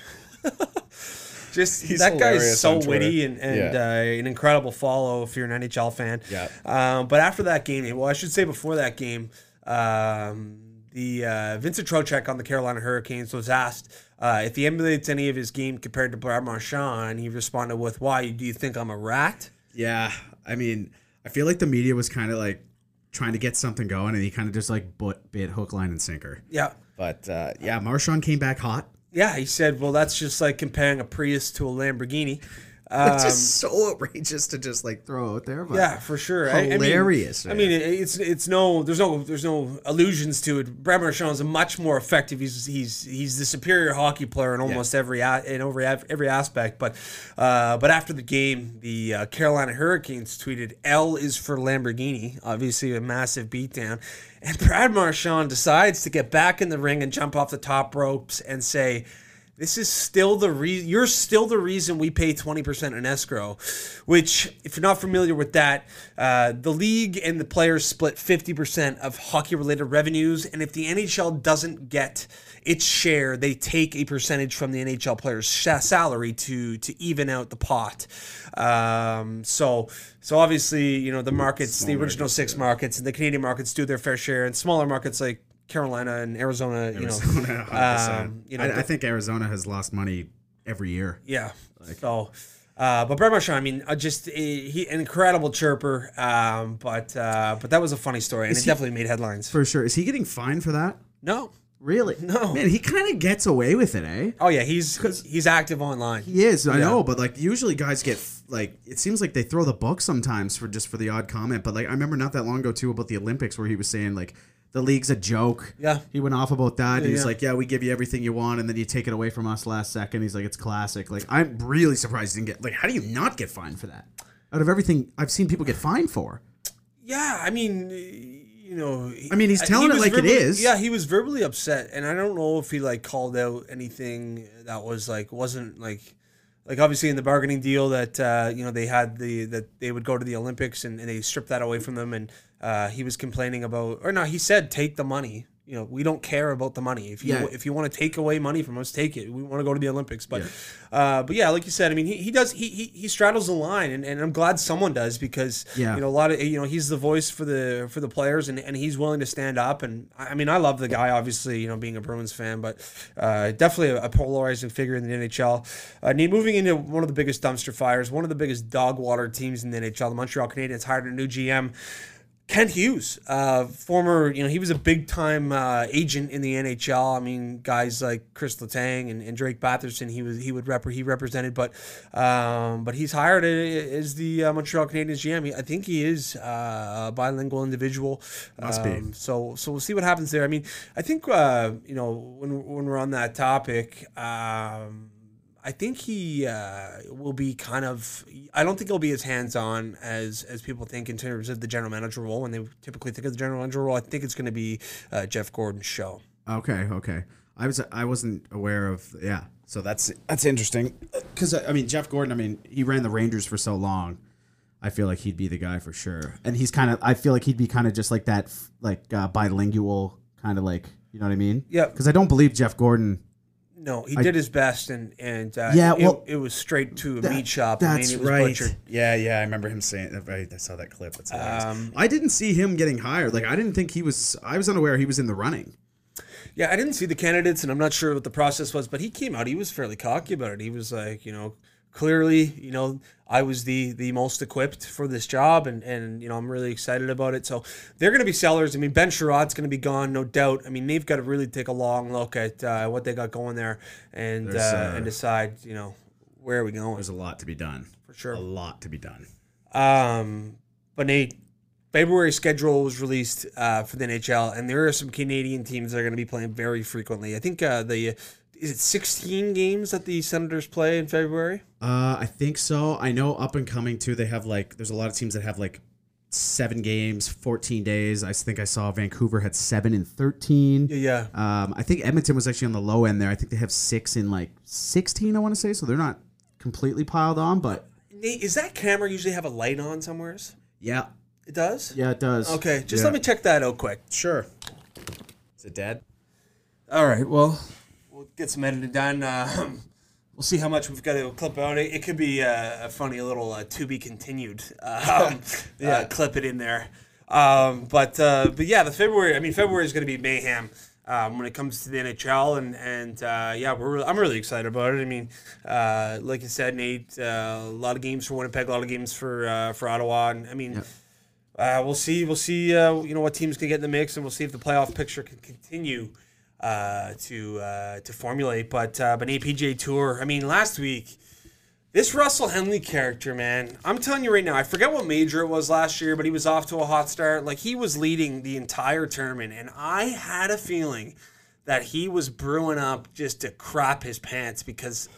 Speaker 2: [LAUGHS]
Speaker 1: Just that guy is
Speaker 2: hilarious
Speaker 1: so
Speaker 2: on Twitter.
Speaker 1: witty and, and
Speaker 2: Yeah.
Speaker 1: uh, an incredible follow if you're an NHL fan.
Speaker 2: Yeah.
Speaker 1: Um, but after that game, well, I should say before that game, um, the uh, Vincent Trocheck on the Carolina Hurricanes was asked uh, if he emulates any of his game compared to Brad Marchand, and he responded with, "Why do you think I'm a rat?"
Speaker 2: Yeah, I mean, I feel like the media was kind of like trying to get something going, and he kind of just like but bit hook, line, and sinker.
Speaker 1: Yeah.
Speaker 2: But uh, yeah, Marshawn came back hot. [LAUGHS]
Speaker 1: Yeah, he said, "Well, that's just like comparing a Prius to a Lamborghini." Uh,
Speaker 2: It's just so outrageous to just like throw out there. But
Speaker 1: Um,
Speaker 2: [LAUGHS]
Speaker 1: Yeah, for sure. I- I mean-
Speaker 2: Hilarious,
Speaker 1: I
Speaker 2: man.
Speaker 1: mean, it- it's it's no there's no there's no allusions to it. Brad Marchand's a much more effective. He's he's he's the superior hockey player in almost every a- in over av- every aspect. But uh, but after the game, the uh, Carolina Hurricanes tweeted L is for Lamborghini. Obviously, a massive beatdown. And Brad Marchand decides to get back in the ring and jump off the top ropes and say. This is still the reason. You're still the reason we pay 20% in escrow, which, if you're not familiar with that, uh, the league and the players split 50% of hockey related revenues. And if the NHL doesn't get its share, they take a percentage from the NHL player's sha- salary to to even out the pot. Um, so, so obviously, you know, the markets, the original six markets and the Canadian markets do their fair share, and smaller markets like Carolina and Arizona, you know. Um, you know,
Speaker 2: I, I think Arizona has lost money every year.
Speaker 1: Yeah. so, uh, but Brett Marchand, I mean, uh, just uh, he an incredible chirper. Um, but uh, but that was a funny story, and it definitely made headlines.
Speaker 2: For sure. Is he getting fined for that?
Speaker 1: no.
Speaker 2: Really?
Speaker 1: No.
Speaker 2: Man, he kind of gets away with it, eh?
Speaker 1: Oh yeah, he's he's active online.
Speaker 2: He is, I know, but like usually guys get f- like it seems like they throw the book sometimes for just for the odd comment. But like I remember not that long ago too about the Olympics where he was saying like the league's a joke.
Speaker 1: Yeah.
Speaker 2: he went off about that. he was
Speaker 1: yeah.
Speaker 2: like, "Yeah, we give you everything you want, and then you take it away from us last second. He's like, "It's classic." Like I'm really surprised he didn't get like how do you not get fined for that? Out of everything I've seen people get fined for.
Speaker 1: Yeah, I mean, you know, he-
Speaker 2: I mean, he's telling it
Speaker 1: was
Speaker 2: like it
Speaker 1: verbally-
Speaker 2: is.
Speaker 1: Yeah, he was verbally upset, and I don't know if he like called out anything that was like wasn't like. Like obviously in the bargaining deal that uh, you know they had the that they would go to the Olympics and, and they stripped that away from them and uh, he was complaining about or no he said take the money you know we don't care about the money if you
Speaker 2: Yeah.
Speaker 1: if you want to take away money from us take it we want to go to the Olympics but uh, but yeah like you said I mean he, he does he, he he straddles the line and, and I'm glad someone does because
Speaker 2: Yeah.
Speaker 1: you know a lot of you know he's the voice for the for the players and, and he's willing to stand up and I I mean I love the guy obviously you know being a Bruins fan but uh, definitely a, a polarizing figure in the NHL. Uh, Nate, moving into one of the biggest dumpster fires, one of the biggest dog water teams in the NHL, the Montreal Canadiens hired a new GM. Kent Hughes, uh, former, you know, he was a big time uh, agent in the NHL. I mean, guys like Chris Letang and, and Drake Batherson, he was he would rep- he represented, but um, but he's hired a- as the uh, Montreal Canadiens GM. He- I think he is uh, a bilingual individual. Um,
Speaker 2: Must be.
Speaker 1: So so we'll see what happens there. I mean, I think uh, you know when when we're on that topic. Um, I think he uh, will be kind of. I don't think he'll be as hands on as as people think in terms of the general manager role. When they typically think of the general manager role, I think it's going to be uh, Jeff Gordon's show.
Speaker 2: Okay, okay. I was I wasn't aware of yeah. So that's that's interesting because I mean Jeff Gordon. I mean he ran the Rangers for so long. I feel like he'd be the guy for sure. And he's kind of I feel like he'd be kind of just like that f- like uh, bilingual kind of like you know what I mean?
Speaker 1: Yep.
Speaker 2: Because I don't believe Jeff Gordon.
Speaker 1: No, he did his best, and and uh,
Speaker 2: Yeah,
Speaker 1: it-
Speaker 2: well,
Speaker 1: it, was straight to a meat shop. I
Speaker 2: That's
Speaker 1: mean, it was
Speaker 2: right.
Speaker 1: butchered.
Speaker 2: Yeah, yeah. I remember him saying. I, I saw that clip. It's hilarious.
Speaker 1: Um,
Speaker 2: I didn't see him getting hired. Like I didn't think he was. I was unaware he was in the running.
Speaker 1: Yeah, I didn't see the candidates, and I'm not sure what the process was, but he came out. He was fairly cocky about it. He was like, you know, clearly, you know, I was the the most equipped for this job, and and you know, I'm really excited about it. So they're going to be sellers. I mean, Ben Sherrod's going to be gone, no doubt. I mean, they've got to really take a long look at uh, what they got going there, and uh,
Speaker 2: There's, uh,
Speaker 1: and decide, you know, where are we going
Speaker 2: There's a lot to be done.
Speaker 1: for sure.
Speaker 2: A lot to be done.
Speaker 1: Um, but Nate, February schedule was released uh, for the NHL, and there are some Canadian teams that are going to be playing very frequently. I think uh, the is it 16 games that the Senators play in February?
Speaker 2: Uh, I think so. I know up and coming too. They have like there's a lot of teams that have like seven games, fourteen days. I think I saw Vancouver had seven and thirteen.
Speaker 1: Yeah, yeah.
Speaker 2: Um, I think Edmonton was actually on the low end there. I think they have six in like sixteen. I want to say so. They're not completely piled on, but
Speaker 1: Nate, is that camera usually have a light on somewheres?
Speaker 2: yeah,
Speaker 1: It does.
Speaker 2: yeah, it does.
Speaker 1: Okay, just
Speaker 2: Yeah.
Speaker 1: let me check that out quick.
Speaker 2: Sure. Is it dead?
Speaker 1: All right. Well, we'll get some editing done. Uh, [CLEARS THROAT] we'll see how much we've got to clip out. It, it could be uh, a funny little uh, to be continued. [LAUGHS] Uh, um, uh, clip it in there. Um, but uh, but yeah, the February. I mean, February is going to be mayhem. Um, when it comes to the NHL, and and uh, yeah, we're really, I'm really excited about it. I mean, uh, like I said, Nate, uh, a lot of games for Winnipeg, a lot of games for uh, for Ottawa, and I mean, uh, we'll see. We'll see. Uh, you know what teams can get in the mix, and we'll see if the playoff picture can continue uh, to uh, to formulate. But uh, but APJ Tour. I mean, last week, this Russell Henley character, man. I'm telling you right now. I forget what major it was last year, but he was off to a hot start. Like he was leading the entire tournament, and I had a feeling that he was brewing up just to crap his pants because.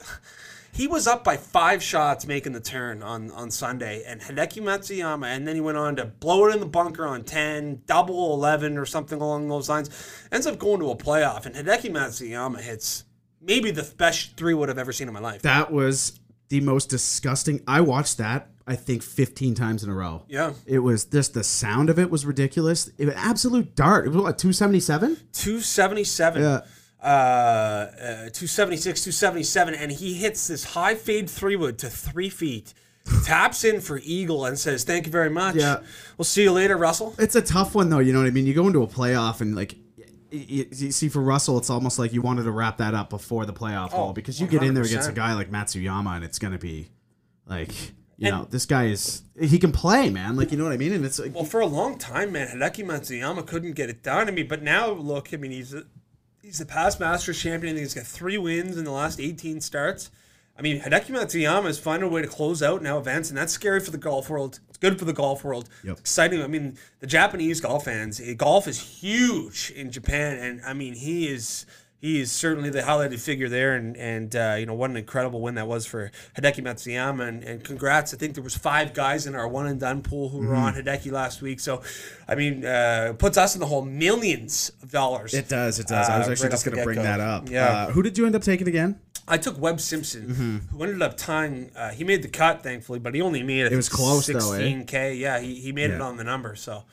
Speaker 1: He was up by five shots making the turn on, on Sunday, and Hideki Matsuyama, and then he went on to blow it in the bunker on 10, double 11, or something along those lines. Ends up going to a playoff, and Hideki Matsuyama hits maybe the best three would have ever seen in my life.
Speaker 2: That was the most disgusting. I watched that. I think 15 times in a row.
Speaker 1: yeah.
Speaker 2: It was just the sound of it was ridiculous. It was absolute dart. It was what two seventy seven.
Speaker 1: 277.
Speaker 2: Yeah.
Speaker 1: Uh, uh, 276, 277, and he hits this high fade three wood to three feet, taps in for eagle, and says, "Thank you very much.
Speaker 2: Yeah.
Speaker 1: We'll see you later, Russell."
Speaker 2: It's a tough one though. You know what I mean? You go into a playoff and like. y- y- You see, for Russell, it's almost like you wanted to wrap that up before the
Speaker 1: Oh,
Speaker 2: playoff hole because you get in there against a
Speaker 1: 100%.
Speaker 2: guy like Matsuyama, and it's gonna be like, you know, this guy is he can play, man. Like, you know what I mean? And it's like,
Speaker 1: Well, for a long time, man, Hideki Matsuyama couldn't get it done. I mean, but now look, I mean, he's a, he's the past Masters champion. He's got three wins in the last 18 starts. I mean, Hideki Matsuyama is finding a way to close out now events, and that's scary for the golf world. It's good for the golf world.
Speaker 2: Yep.
Speaker 1: It's exciting. I mean, the Japanese golf fans, eh, golf is huge in Japan, and I mean, he is. He is certainly the highlighted figure there, and and uh, you know what an incredible win that was for Hideki Matsuyama, and, and congrats! I think there was five guys in our one and done pool who
Speaker 2: Mm-hmm.
Speaker 1: were on Hideki last week, so I mean, uh, puts us in the whole millions of dollars.
Speaker 2: it does, it does. I
Speaker 1: Uh,
Speaker 2: was actually
Speaker 1: right
Speaker 2: just
Speaker 1: off the
Speaker 2: gonna bring
Speaker 1: get-go.
Speaker 2: that up.
Speaker 1: Yeah.
Speaker 2: Uh, who did you end up taking again?
Speaker 1: I took Webb Simpson,
Speaker 2: Mm-hmm.
Speaker 1: who ended up tying. Uh, he made the cut, thankfully, but he only made it. It
Speaker 2: was close, though, eh?
Speaker 1: 16K. Yeah, he, he made it
Speaker 2: Yeah.
Speaker 1: on the number. So,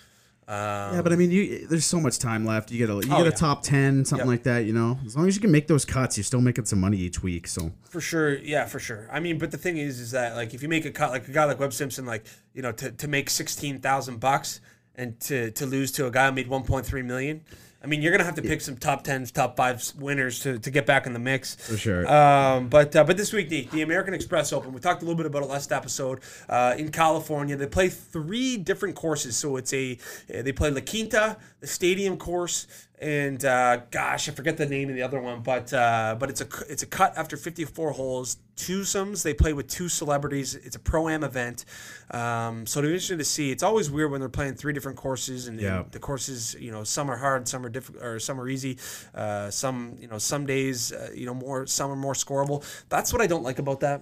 Speaker 2: Yeah, but I mean, you there's so much time left. You get a you get
Speaker 1: yeah.
Speaker 2: a top ten, something
Speaker 1: Yep.
Speaker 2: like that. You know, as long as you can make those cuts, you're still making some money each week. So
Speaker 1: for sure. Yeah, for sure. I mean, but the thing is, is that, like, if you make a cut, like a guy like Webb Simpson, like, you know, to, to make 16,000 bucks and to, to lose to a guy who made 1.3 million. I I mean, you're gonna have to pick some top tens, top fives winners to, to get back in the mix.
Speaker 2: For sure.
Speaker 1: Um, but uh, but this week, Nate, the American Express Open. We talked a little bit about it last episode. Uh, in California, they play three different courses. So it's a uh, they play La Quinta, the Stadium course, and uh, gosh, I forget the name of the other one. But uh, but it's a it's a cut after 54 holes. Twosomes. They play with two celebrities. It's a pro am event. Um, so it'll be interesting to see. It's always weird when they're playing three different courses and,
Speaker 2: Yeah.
Speaker 1: and the courses you know some are hard some are difficult or some are easy uh, some you know some days uh, you know more some are more scoreable that's what i don't like about that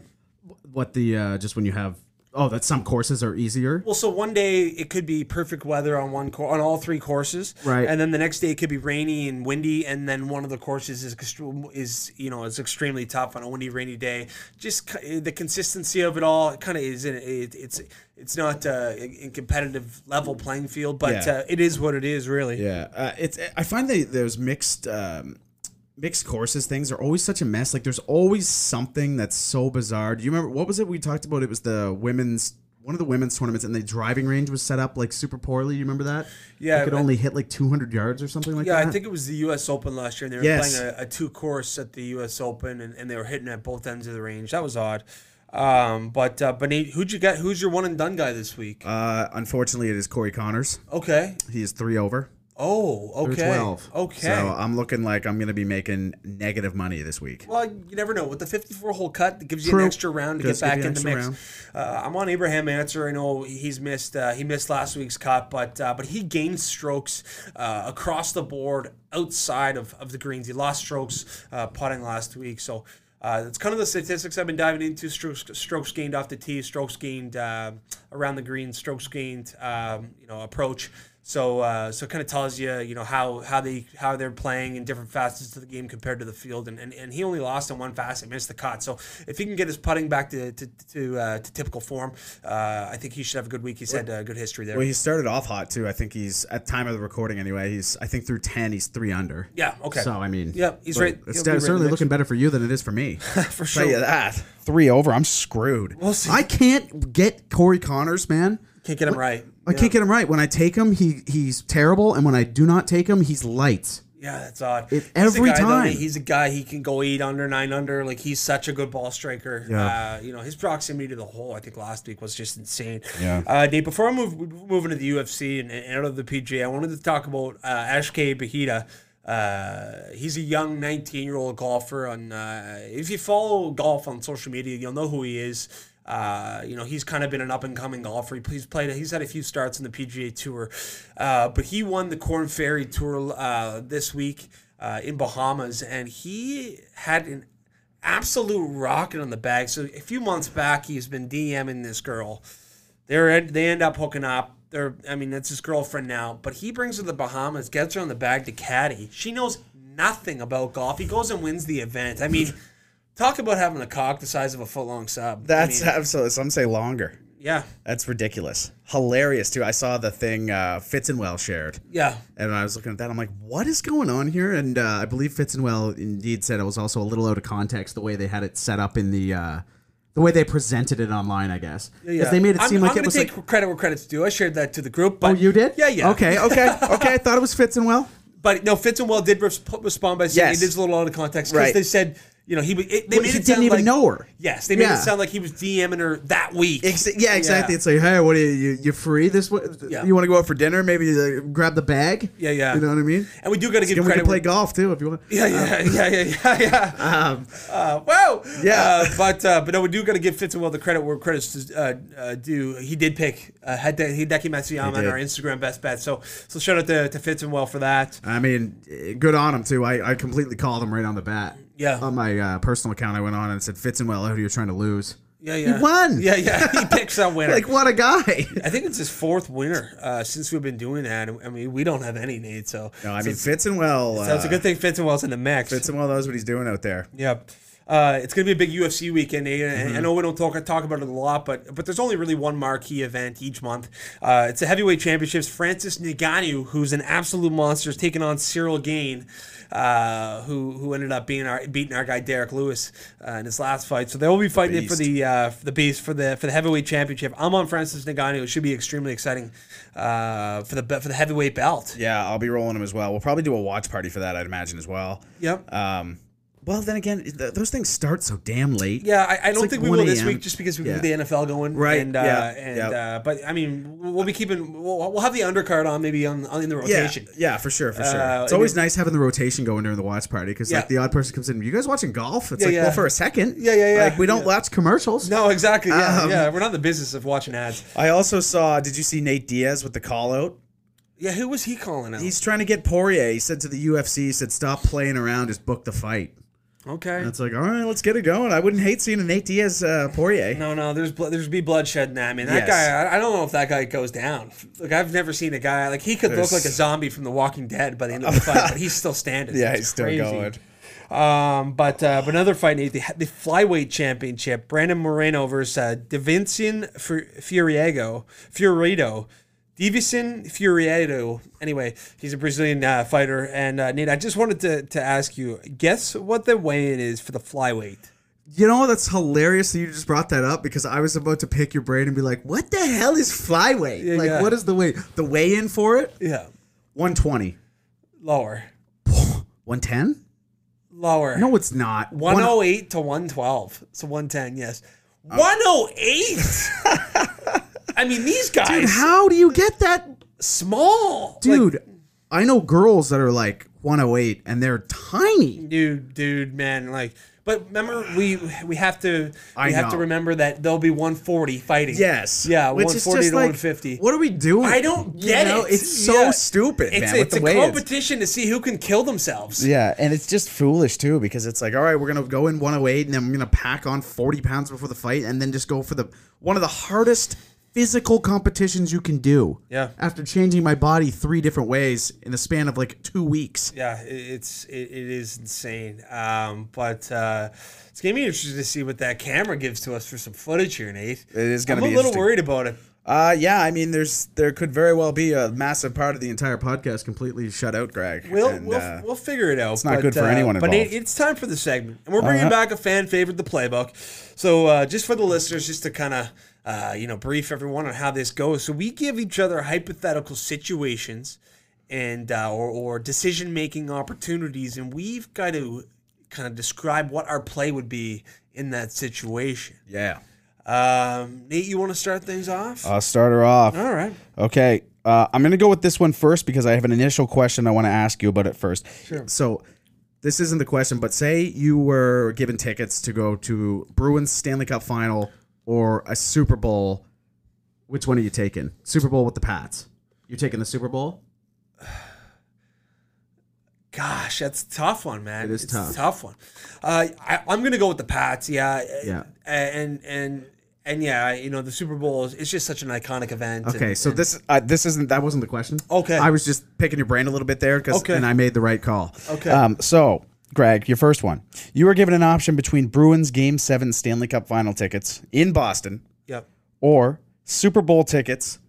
Speaker 2: What the uh, just when you have oh that some courses are easier.
Speaker 1: well so one day it could be perfect weather on one cour on all three courses
Speaker 2: Right.
Speaker 1: and then the next day it could be rainy and windy and then one of the courses is extre- is you know is extremely tough on a windy rainy day just c- the consistency of it all it kind of is in it, it's it's not uh, in in competitive level playing field but
Speaker 2: Yeah.
Speaker 1: uh, it is what it is really
Speaker 2: Yeah, uh, it's. I find that those mixed um, mixed courses things are always such a mess. Like there's always something that's so bizarre. Do you remember what was it we talked about? It was the women's one of the women's tournaments, and the driving range was set up like super poorly. You remember that?
Speaker 1: Yeah,
Speaker 2: you could
Speaker 1: I-
Speaker 2: only hit like 200 yards or something like
Speaker 1: Yeah,
Speaker 2: that.
Speaker 1: I think it was the U.S. Open last year, and they were
Speaker 2: Uh-huh. Yes.
Speaker 1: playing a, a two course at the U.S. Open, and, and they were hitting at both ends of the range. That was odd. Um, but uh, but Nate, who'd you get? Who's your one and done guy this week?
Speaker 2: Uh, unfortunately, it is Corey Connors.
Speaker 1: okay.
Speaker 2: He is three over.
Speaker 1: Oh,
Speaker 2: through
Speaker 1: okay.
Speaker 2: 12.
Speaker 1: Okay.
Speaker 2: So I'm looking like I'm going to be making negative money this week.
Speaker 1: well, you never know. With the 54 hole cut, it gives you
Speaker 2: True.
Speaker 1: an extra round to
Speaker 2: Does
Speaker 1: get
Speaker 2: give
Speaker 1: back
Speaker 2: you
Speaker 1: in
Speaker 2: an
Speaker 1: the
Speaker 2: extra
Speaker 1: mix. Uh, I'm on Abraham Answer. I know he's missed. Uh, he missed last week's cut, but uh, but he gained strokes uh, across the board outside of, of the greens. He lost strokes uh, putting last week, so. Uh, it's kind of the statistics I've been diving into: strokes, strokes gained off the tee, strokes gained uh, around the green, strokes gained, um, you know, approach. So, uh, so it kind of tells you, you know, how how they how they're playing in different facets of the game compared to the field. And and, and he only lost in one facet, missed the cut. So, if he can get his putting back to to to, uh, to typical form, uh, I think he should have a good week. He's had a good history there.
Speaker 2: Well, he started off hot too. I think he's at time of the recording anyway. He's I think through ten, he's three under.
Speaker 1: yeah. Okay.
Speaker 2: So I mean,
Speaker 1: Yep, he's
Speaker 2: but
Speaker 1: right-
Speaker 2: It's
Speaker 1: he'll be
Speaker 2: de-
Speaker 1: right
Speaker 2: certainly
Speaker 1: next.
Speaker 2: looking better for you than it is for [LAUGHS]
Speaker 1: [LAUGHS]
Speaker 2: me.
Speaker 1: for
Speaker 2: Tell you
Speaker 1: sure.
Speaker 2: that three over, I'm screwed.
Speaker 1: We'll see.
Speaker 2: I can't get Corey Connors, man.
Speaker 1: Can't get him right.
Speaker 2: I
Speaker 1: yeah.
Speaker 2: can't get him right. When I take him, he he's terrible, and when I do not take him, he's light.
Speaker 1: Yeah, that's odd.
Speaker 2: It-
Speaker 1: He's a
Speaker 2: every
Speaker 1: guy, though,
Speaker 2: time.
Speaker 1: he's a guy. He can go eight under, nine under. Like he's such a good ball striker.
Speaker 2: Yeah.
Speaker 1: Uh, you know his proximity to the hole. I think last week was just insane.
Speaker 2: Yeah.
Speaker 1: Uh, Dave, before I move move into the UFC and, and out of the PGA, I wanted to talk about uh, Ash K. Bahita. Uh, he's a young 19 year old golfer. On uh, if you follow golf on social media, you'll know who he is. Uh, you know he's kind of been an up and coming golfer. He, he's played. He's had a few starts in the PGA Tour, uh, but he won the Corn Ferry Tour uh, this week uh, in Bahamas, and he had an absolute rocket on the bag. So a few months back, he's been DMing this girl. They're they end up hooking up. They're I mean that's his girlfriend now, but he brings her to the Bahamas, gets her on the bag to caddy. She knows nothing about golf. He goes and wins the event. I mean, talk about having a cock the size of a foot long sub.
Speaker 2: That's
Speaker 1: I mean,
Speaker 2: absolutely. Some say longer.
Speaker 1: yeah,
Speaker 2: That's ridiculous. Hilarious too. I saw the thing uh, Fitzenwell shared.
Speaker 1: yeah.
Speaker 2: And I was looking at that, I'm like, what is going on here? And uh, I believe Fitzenwell indeed said it was also a little out of context the way they had it set up in the uh, the way they presented it online, I guess. Because
Speaker 1: yeah.
Speaker 2: they made it
Speaker 1: I'm-
Speaker 2: seem
Speaker 1: I'm
Speaker 2: like it
Speaker 1: gonna
Speaker 2: was
Speaker 1: take
Speaker 2: like,
Speaker 1: credit where credit's due. I shared that to the group. But
Speaker 2: oh, you did?
Speaker 1: Yeah, yeah.
Speaker 2: Okay, okay, okay. I thought it was Fitzenwell.
Speaker 1: But no, Fitzenwell did res- respond by saying
Speaker 2: Yes.
Speaker 1: it is a little out of context because
Speaker 2: Right.
Speaker 1: they said, you know, he was. It, they
Speaker 2: Well,
Speaker 1: made
Speaker 2: he
Speaker 1: it
Speaker 2: didn't
Speaker 1: sound
Speaker 2: even
Speaker 1: like-
Speaker 2: know her.
Speaker 1: Yes, they made
Speaker 2: Yeah.
Speaker 1: it sound like he was DMing her that week.
Speaker 2: Ex- yeah, exactly. It's like, hey, what are you, you, you free this way?
Speaker 1: Yeah.
Speaker 2: You want to go out for dinner? Maybe uh, grab the bag?
Speaker 1: Yeah, yeah.
Speaker 2: You know what I mean?
Speaker 1: And we do got to give
Speaker 2: And we
Speaker 1: credit.
Speaker 2: can play
Speaker 1: where-
Speaker 2: golf too if you want. Um,
Speaker 1: Yeah, yeah, yeah, yeah, yeah,
Speaker 2: [LAUGHS]
Speaker 1: yeah. uh, wow.
Speaker 2: yeah.
Speaker 1: Uh, but uh, but no, we do got to give Fitzenwell the credit where credit's uh, uh, due. He did pick uh, Hide- Hideki Matsuyama
Speaker 2: He
Speaker 1: on
Speaker 2: did.
Speaker 1: our Instagram best bet. So so shout out to, to Fitzenwell for that.
Speaker 2: I mean, eh, good on him too. I, I completely called him right on the bat.
Speaker 1: Yeah.
Speaker 2: On my uh, personal account, I went on and said, "Fitzenwell, who are you trying to lose?"
Speaker 1: Yeah, yeah.
Speaker 2: He won.
Speaker 1: Yeah, yeah. [LAUGHS] He picks a winner.
Speaker 2: Like what a
Speaker 1: [LAUGHS]
Speaker 2: guy.
Speaker 1: I think it's his fourth winner uh, since we've been doing that. I mean, we don't have any Nate, so
Speaker 2: [LAUGHS] No, I
Speaker 1: so
Speaker 2: mean
Speaker 1: it's-
Speaker 2: Fitzenwell.
Speaker 1: so it's a
Speaker 2: uh,
Speaker 1: good thing Fitzenwell's in the mix.
Speaker 2: Fitzenwell knows what he's doing out there.
Speaker 1: Yep. Uh, it's gonna be a big UFC weekend. Eh? And I know we don't talk talk about it a lot, but but there's only really one marquee event each month. Uh, it's a heavyweight championships. Francis Ngannou, who's an absolute monster, is taking on Cyril Gain, uh, who who ended up being our beating our guy Derek Lewis uh, in his last fight. So they will be fighting it for
Speaker 2: beast.
Speaker 1: the uh, for the beast for the for the heavyweight championship. I'm on Francis Ngannou. It should be extremely exciting uh, for the be- for the heavyweight belt.
Speaker 2: Yeah, I'll be rolling them as well. We'll probably do a watch party for that, I'd imagine as well.
Speaker 1: Yep.
Speaker 2: Um, well, then again, th- those things start so damn late.
Speaker 1: Yeah, I, I don't
Speaker 2: like
Speaker 1: think we
Speaker 2: 1
Speaker 1: will this
Speaker 2: a.m..
Speaker 1: week just because we
Speaker 2: Yeah.
Speaker 1: have the NFL going.
Speaker 2: Right,
Speaker 1: And, uh,
Speaker 2: yeah,
Speaker 1: And,
Speaker 2: yeah.
Speaker 1: Uh, but I mean, we'll we'll be keeping. We'll, we'll have the undercard on maybe on, on in the
Speaker 2: Yeah,
Speaker 1: rotation.
Speaker 2: yeah, for sure, for sure.
Speaker 1: Uh,
Speaker 2: it's always nice having the rotation going during the watch party because
Speaker 1: Yeah.
Speaker 2: like the odd person comes in. You guys watching golf? It's
Speaker 1: Yeah,
Speaker 2: like
Speaker 1: yeah.
Speaker 2: well for a second.
Speaker 1: Yeah, yeah, yeah.
Speaker 2: Like we don't
Speaker 1: Yeah.
Speaker 2: watch commercials.
Speaker 1: No, exactly. Yeah,
Speaker 2: Um,
Speaker 1: yeah. We're not in the business of watching ads.
Speaker 2: I also saw. Did you see Nate Diaz with the call out?
Speaker 1: Yeah, who was he calling out?
Speaker 2: He's trying to get Poirier. He said to the UFC, he said, "Stop playing around. Just book the fight."
Speaker 1: okay.
Speaker 2: And it's like, all right, let's get it going. I wouldn't hate seeing a Nate Diaz uh, Poirier.
Speaker 1: no, no, there's bl- there's be bloodshed in that. I mean, that
Speaker 2: Yes.
Speaker 1: guy. I, I don't know if that guy goes down. Like I've never seen a guy like he could
Speaker 2: There's-
Speaker 1: look like a zombie from The Walking Dead by the end of the fight, but he's still standing.
Speaker 2: [LAUGHS] Yeah,
Speaker 1: It's
Speaker 2: he's still
Speaker 1: crazy.
Speaker 2: going.
Speaker 1: Um, but uh, but another fight night, the, the flyweight championship, Brandon Moreno versus uh, Devinson Fu- Furiego, Furiedo, Devison Furiedo. Anyway, he's a Brazilian uh, fighter. And uh, Nate, I just wanted to, to ask you, guess what the weigh-in is for the flyweight?
Speaker 2: You know, that's hilarious that you just brought that up because I was about to pick your brain and be like, what the hell is flyweight? like,
Speaker 1: yeah.
Speaker 2: what is the weight? The weigh in for it?
Speaker 1: Yeah,
Speaker 2: 120.
Speaker 1: lower,
Speaker 2: 110?
Speaker 1: lower.
Speaker 2: No, it's not.
Speaker 1: one
Speaker 2: One- oh-
Speaker 1: hundred eight to one twelve. So one ten, yes.
Speaker 2: Uh.
Speaker 1: One hundred eight. [LAUGHS] I mean, these guys
Speaker 2: Dude, how do you get that?
Speaker 1: small, Like,
Speaker 2: Dude, I know girls that are like 108 and they're tiny.
Speaker 1: dude, dude, man, like. But remember, we we have to we
Speaker 2: I
Speaker 1: have to
Speaker 2: know.
Speaker 1: remember that there'll be 140 fighting. yeah,
Speaker 2: Which is
Speaker 1: 140
Speaker 2: just
Speaker 1: to
Speaker 2: like,
Speaker 1: 150.
Speaker 2: What are we doing?
Speaker 1: I don't
Speaker 2: You
Speaker 1: get
Speaker 2: know,
Speaker 1: it.
Speaker 2: It's so
Speaker 1: Yeah.
Speaker 2: stupid,
Speaker 1: It's,
Speaker 2: man. with
Speaker 1: it's
Speaker 2: the
Speaker 1: a
Speaker 2: weigh-ins.
Speaker 1: competition to see who can kill themselves.
Speaker 2: Yeah, and it's just foolish too because it's like, all right, we're gonna go in 108, and then we're gonna pack on 40 pounds before the fight, and then just go for the one of the hardest physical competitions you can do.
Speaker 1: Yeah.
Speaker 2: After changing my body three different ways in the span of like two weeks.
Speaker 1: yeah, it, it's it, it is insane. Um, but uh, it's gonna be interesting to see what that camera gives to us for some footage here, Nate. It
Speaker 2: is gonna
Speaker 1: I'm
Speaker 2: be
Speaker 1: a little
Speaker 2: interesting.
Speaker 1: worried about it.
Speaker 2: Uh, yeah, I mean, there's there could very well be a massive part of the entire podcast completely shut out, Greg.
Speaker 1: We'll
Speaker 2: And,
Speaker 1: we'll,
Speaker 2: uh,
Speaker 1: we'll figure it out. It's
Speaker 2: not good for anyone
Speaker 1: But it,
Speaker 2: involved.
Speaker 1: it's time for the segment, and we're bringing
Speaker 2: right.
Speaker 1: back a fan favorite, the playbook. So uh, just for the listeners, just to kind of uh, you know brief everyone on how this goes. So we give each other hypothetical situations and uh, or, or decision making opportunities, and we've got to kind of describe what our play would be in that situation.
Speaker 2: yeah,
Speaker 1: Um, Nate, you want to start things off?
Speaker 2: I'll start her off.
Speaker 1: All right.
Speaker 2: Okay. Uh, I'm going to go with this one first because I have an initial question I want to ask you about it first. Sure. So, this isn't the question, but say you were given tickets to go to Bruins Stanley Cup final or a Super Bowl. Which one are you taking? Super Bowl with the Pats. You're taking the Super Bowl?
Speaker 1: Gosh, that's a tough one, man.
Speaker 2: It is
Speaker 1: it's A
Speaker 2: tough.
Speaker 1: tough one. Uh, I, I'm gonna go with the Pats. Yeah.
Speaker 2: Yeah.
Speaker 1: And and and yeah, you know the Super Bowl is it's just such an iconic event.
Speaker 2: Okay,
Speaker 1: and-
Speaker 2: so this uh, this isn't that wasn't the question.
Speaker 1: Okay.
Speaker 2: I was just picking your brain a little bit there because
Speaker 1: Okay.
Speaker 2: and I made the right call.
Speaker 1: Okay.
Speaker 3: Um, so, Greg, your first one. You were given an option between Bruins Game 7 Stanley Cup final tickets in Boston
Speaker 1: yep.
Speaker 3: or Super Bowl tickets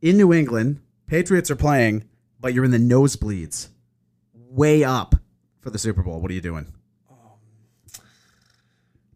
Speaker 2: In New England,
Speaker 3: Patriots are playing.
Speaker 2: but you're in the nosebleeds, way up for the Super Bowl. What are you doing?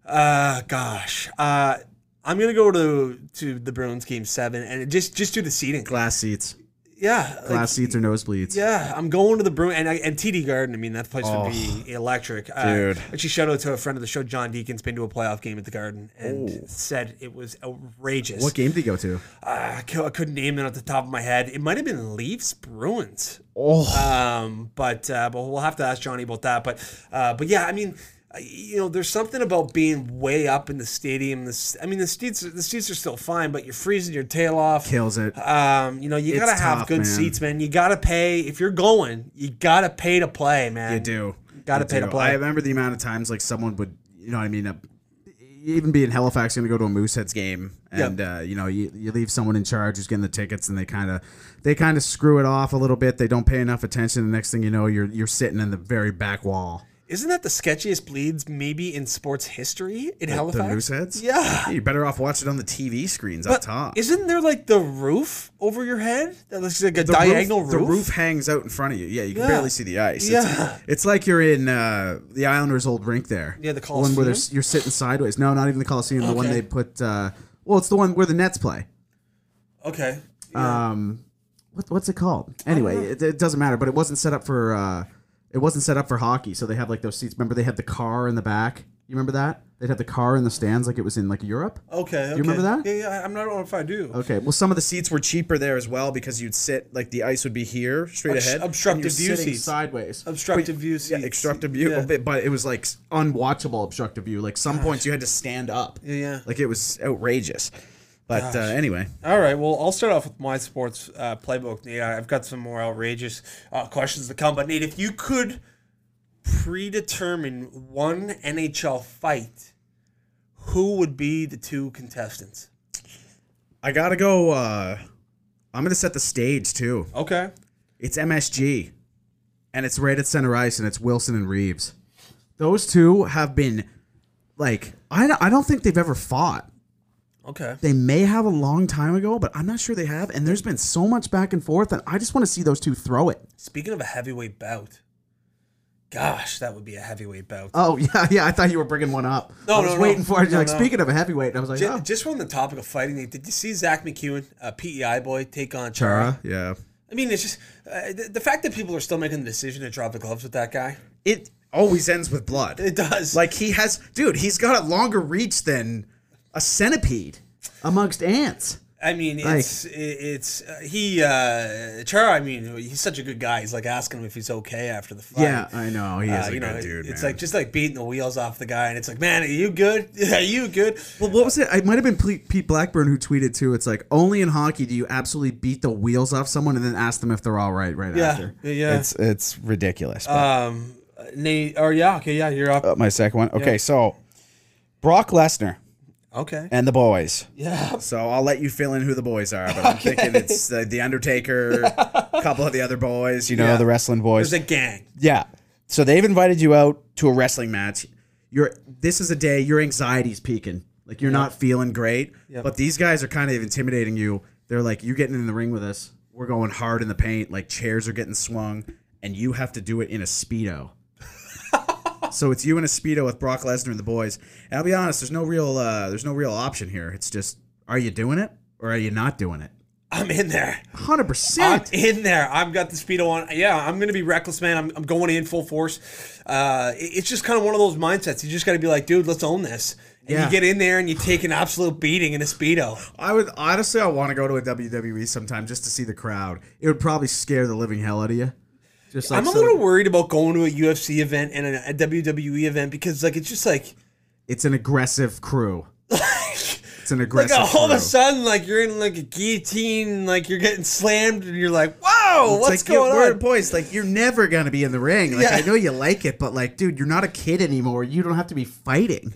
Speaker 1: Uh, gosh. Uh, I'm gonna go to to the Bruins game seven and just just do the seating.
Speaker 2: Glass seats.
Speaker 1: Yeah. like,
Speaker 2: Glass seats or nosebleeds.
Speaker 1: yeah, I'm going to the Bruins and, I- and TD Garden. I mean, that place would be
Speaker 2: Oh,
Speaker 1: electric. Uh,
Speaker 3: Dude.
Speaker 1: Actually, shout out to a friend of the show, John Deacon's been to a playoff game at the Garden and said it was outrageous.
Speaker 2: What game did he go to?
Speaker 1: I cou- I couldn't name it off the top of my head. It might have been Leafs Bruins.
Speaker 2: Oh,
Speaker 1: Um, but uh, but we'll have to ask Johnny about that. But uh, but yeah, I mean, uh, you know, there's something about being way up in the stadium. This, I mean, the seats the seats are still fine, but you're freezing your tail off.
Speaker 2: kills it.
Speaker 1: Um, you know, you
Speaker 2: It's
Speaker 1: gotta have
Speaker 2: tough,
Speaker 1: good
Speaker 2: man.
Speaker 1: seats, man. You gotta pay if you're going. You gotta pay to play, man.
Speaker 2: You do.
Speaker 1: Gotta
Speaker 2: You
Speaker 1: pay to
Speaker 2: do.
Speaker 1: play.
Speaker 2: I remember the amount of times like someone would, you know what I mean? Uh, even being Halifax, going to go to a Mooseheads game, and uh, you know, you, you leave someone in charge who's getting the tickets, and they kind of, they kind of screw it off a little bit. They don't pay enough attention. The next thing you know, you're you're sitting in the very back wall.
Speaker 1: Isn't that the sketchiest bleeds maybe in sports history in
Speaker 2: The
Speaker 1: Halifax?
Speaker 2: moose heads?
Speaker 1: Yeah.
Speaker 2: You're better off watching it on the TV screens up
Speaker 1: But
Speaker 2: top.
Speaker 1: isn't there like the roof over your head that looks like a
Speaker 2: the
Speaker 1: diagonal roof?
Speaker 2: The roof hangs out in front of you. Yeah, you can
Speaker 1: Yeah.
Speaker 2: barely see the ice. It's-
Speaker 1: Yeah.
Speaker 2: It's, like you're in uh, the Islanders' old rink there.
Speaker 1: Yeah, the
Speaker 2: one where
Speaker 1: Coliseum?
Speaker 2: there's- you're sitting sideways. No, not even the Coliseum. The one
Speaker 1: Okay.
Speaker 2: they put. Uh, well, it's the one where the Nets play.
Speaker 1: Okay.
Speaker 2: Um, what, what's it called? Anyway, it, it doesn't matter. But it wasn't set up for. Uh, it wasn't set up for hockey, so they have like those seats. Remember, they had the car in the back. You remember that? They'd have the car in the stands, like it was in like Europe.
Speaker 1: Okay. okay.
Speaker 2: remember that?
Speaker 1: Yeah, yeah. I- I'm not sure if I do.
Speaker 2: Okay. Well, some of the seats.
Speaker 3: Seats were cheaper there as well because you'd sit like the ice would be here straight
Speaker 1: Obst-
Speaker 3: ahead.
Speaker 1: obstructive view
Speaker 2: sitting
Speaker 1: seats.
Speaker 2: sideways.
Speaker 1: Obstructive view
Speaker 2: Yeah,
Speaker 1: seats.
Speaker 2: obstructive view,
Speaker 1: Yeah.
Speaker 2: but- but it was like s- unwatchable obstructive view. Like some points you had to stand up.
Speaker 1: Yeah, yeah.
Speaker 2: Like it was outrageous. But uh, anyway,
Speaker 1: All right. Well, I'll start off with my sports uh, playbook, Nate. I- I've got some more outrageous uh, questions to come. But, Nate, if you could predetermine one NHL fight, who would be the two contestants?
Speaker 2: I gotta go. Uh, I'm gonna set the stage too.
Speaker 1: Okay.
Speaker 2: It's MSG, and it's right at center ice, and it's Wilson and Reeves. Those two have been like I don't- I don't think they've ever fought.
Speaker 1: Okay.
Speaker 2: They may have a long time ago, but I'm not sure they have. And there's been so much back and forth, and I just want to see those two throw it.
Speaker 1: Speaking of a heavyweight bout, gosh, that would be a heavyweight bout.
Speaker 2: Oh [LAUGHS] yeah, yeah. I thought you were bringing one up.
Speaker 1: No,
Speaker 2: I was
Speaker 1: no, no.
Speaker 2: waiting for it. You're
Speaker 1: No,
Speaker 2: like
Speaker 1: no.
Speaker 2: speaking of a heavyweight, and I was like,
Speaker 1: Ju-
Speaker 2: oh.
Speaker 1: Just on the topic of fighting, Nate, did you see Zach McEwen, uh, a PEI boy, take on Chara?
Speaker 2: yeah.
Speaker 1: I mean, it's just uh, the, the fact that people are still making the decision to drop the gloves with that guy.
Speaker 3: It always ends with blood.
Speaker 1: It does.
Speaker 2: Like he has, dude. He's got a longer reach than a centipede amongst ants.
Speaker 1: I mean, it's it- it's uh, he uh, Chara. I mean, he's such a good guy. He's like asking him if he's okay after the fight.
Speaker 2: Yeah, I know. He is
Speaker 1: Uh,
Speaker 2: a
Speaker 1: you know,
Speaker 2: good dude.
Speaker 1: it's
Speaker 2: man.
Speaker 1: like just like beating the wheels off the guy, and it's like, man, are you good? [LAUGHS] Are you good?
Speaker 2: well, what was it? It might have been Ple- Pete Blackburn who tweeted too. It's like only in hockey do you absolutely beat the wheels off someone and then ask them if they're all right right
Speaker 1: Yeah,
Speaker 2: after.
Speaker 1: yeah.
Speaker 3: It's it's ridiculous. but-
Speaker 1: um, Nate, or yeah, okay, yeah, you're up.
Speaker 3: Uh, my second one. Okay, so Brock Lesnar
Speaker 1: Okay,
Speaker 3: and the boys.
Speaker 1: yeah. [LAUGHS]
Speaker 3: So I'll let you fill in who the boys are, but I'm thinking it's the, the Undertaker, a couple of the other boys, you know,
Speaker 1: Yeah.
Speaker 3: the wrestling boys.
Speaker 1: There's a gang.
Speaker 3: yeah. So they've invited you out to a wrestling match.
Speaker 2: You're. This is a day your anxiety's peaking. Like you're not feeling great. But these guys are kind of intimidating you. They're like, you're getting in the ring with us. We're going hard in the paint. Like chairs are getting swung, and you have to do it in a speedo. [LAUGHS] So it's you and a speedo with Brock Lesnar and the boys. And I'll be honest, there's no real uh, there's no real option here. It's just are you doing it or are you not doing it?
Speaker 1: I'm in there.
Speaker 2: Hundred
Speaker 1: I'm
Speaker 2: percent.
Speaker 1: in there. I've got the speedo on. Yeah, I'm gonna be reckless, man. I'm, I'm going in full force. Uh, it- it's just kind of one of those mindsets. You just got to be like, dude, let's own this. And
Speaker 2: Yeah.
Speaker 1: you get in there and you take an absolute beating in a speedo.
Speaker 2: I would honestly, I want to go to a WWE sometime just to see the crowd. It would probably scare the living hell out of you. Just like
Speaker 1: I'm a
Speaker 2: so-
Speaker 1: little worried about going to a UFC event and a, a WWE event because like it's just like [LAUGHS]
Speaker 2: it's an aggressive crew. it's an
Speaker 1: like
Speaker 2: aggressive
Speaker 1: all of
Speaker 2: crew.
Speaker 1: a sudden like you're in like a guillotine, like you're getting slammed and you're like, whoa, what's
Speaker 2: it's like, you- we're
Speaker 1: going on?
Speaker 2: boys, like you're never gonna be in the ring. Like
Speaker 1: Yeah.
Speaker 2: I know you like it, but like, dude, you're not a kid anymore. You don't have to be fighting.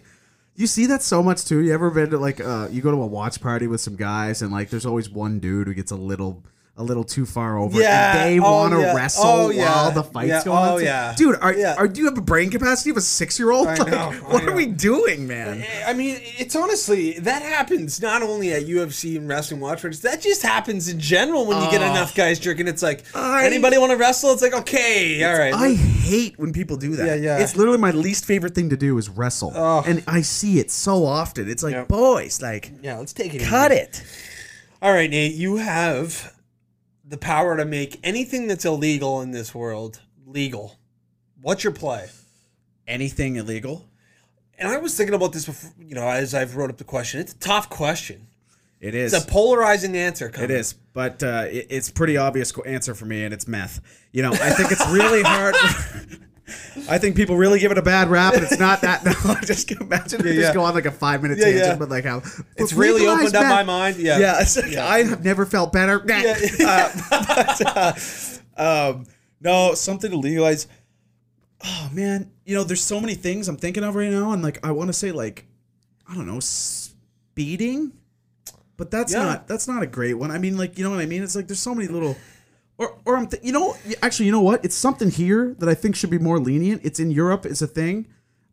Speaker 2: You see that so much too. You ever been to like uh you go to a watch party with some guys and like there's always one dude who gets a little a little too far over
Speaker 1: Yeah.
Speaker 2: and they
Speaker 1: Oh,
Speaker 2: want to
Speaker 1: yeah.
Speaker 2: wrestle
Speaker 1: Oh, yeah.
Speaker 2: while the fight's
Speaker 1: Yeah.
Speaker 2: going
Speaker 1: Oh,
Speaker 2: on.
Speaker 1: yeah.
Speaker 2: Dude, are,
Speaker 1: Yeah.
Speaker 2: are do you have a brain capacity of a six year old?
Speaker 1: I
Speaker 2: Like,
Speaker 1: know, I
Speaker 2: what are
Speaker 1: know.
Speaker 2: we doing, man?
Speaker 1: I mean, it's honestly that happens not only at UFC and wrestling watch parties. That just happens in general when you get enough guys drinking. It's like
Speaker 2: Oh. I-
Speaker 1: anybody want to wrestle? It's like okay, all right.
Speaker 2: I hate when people do that.
Speaker 1: Yeah, yeah.
Speaker 2: It's literally my least favorite thing to do is wrestle, and I see it so often. It's like,
Speaker 1: Yep.
Speaker 2: boys, like,
Speaker 1: yeah, let's take it.
Speaker 2: cut it.
Speaker 1: All right, Nate, you have the power to make anything that's illegal in this world legal. What's your play?
Speaker 3: Anything illegal?
Speaker 1: And I was thinking about this before, you know, as I've wrote up the question. It's a tough question.
Speaker 3: It is.
Speaker 1: It's a polarizing answer. Coming.
Speaker 3: It is,
Speaker 2: But uh, it, it's pretty obvious co- answer for me, and it's meth. You know, I think it's [LAUGHS] really hard. I think people really give it a bad rap, and it's not that. [LAUGHS] No, I just can imagine it
Speaker 1: yeah.
Speaker 2: just go on like a five minute
Speaker 1: Yeah,
Speaker 2: tangent,
Speaker 1: yeah.
Speaker 2: but like how
Speaker 1: It's really
Speaker 2: legalize
Speaker 1: opened up
Speaker 2: meth.
Speaker 1: my mind. Yeah.
Speaker 2: Yeah, [LAUGHS] it's like, I have never felt better. Nah.
Speaker 1: [LAUGHS]
Speaker 2: Uh,
Speaker 3: Um, no, something to legalize. Oh man, you know, there's so many things I'm thinking of right now, and like I want to say like,
Speaker 2: I don't know, speeding, but that's
Speaker 1: Yeah.
Speaker 2: not that's not a great one. I mean, like you know what I mean? It's like there's so many little Or, or I'm th- you know actually you know what it's something here that I think should be more lenient. It's in Europe. It's a thing,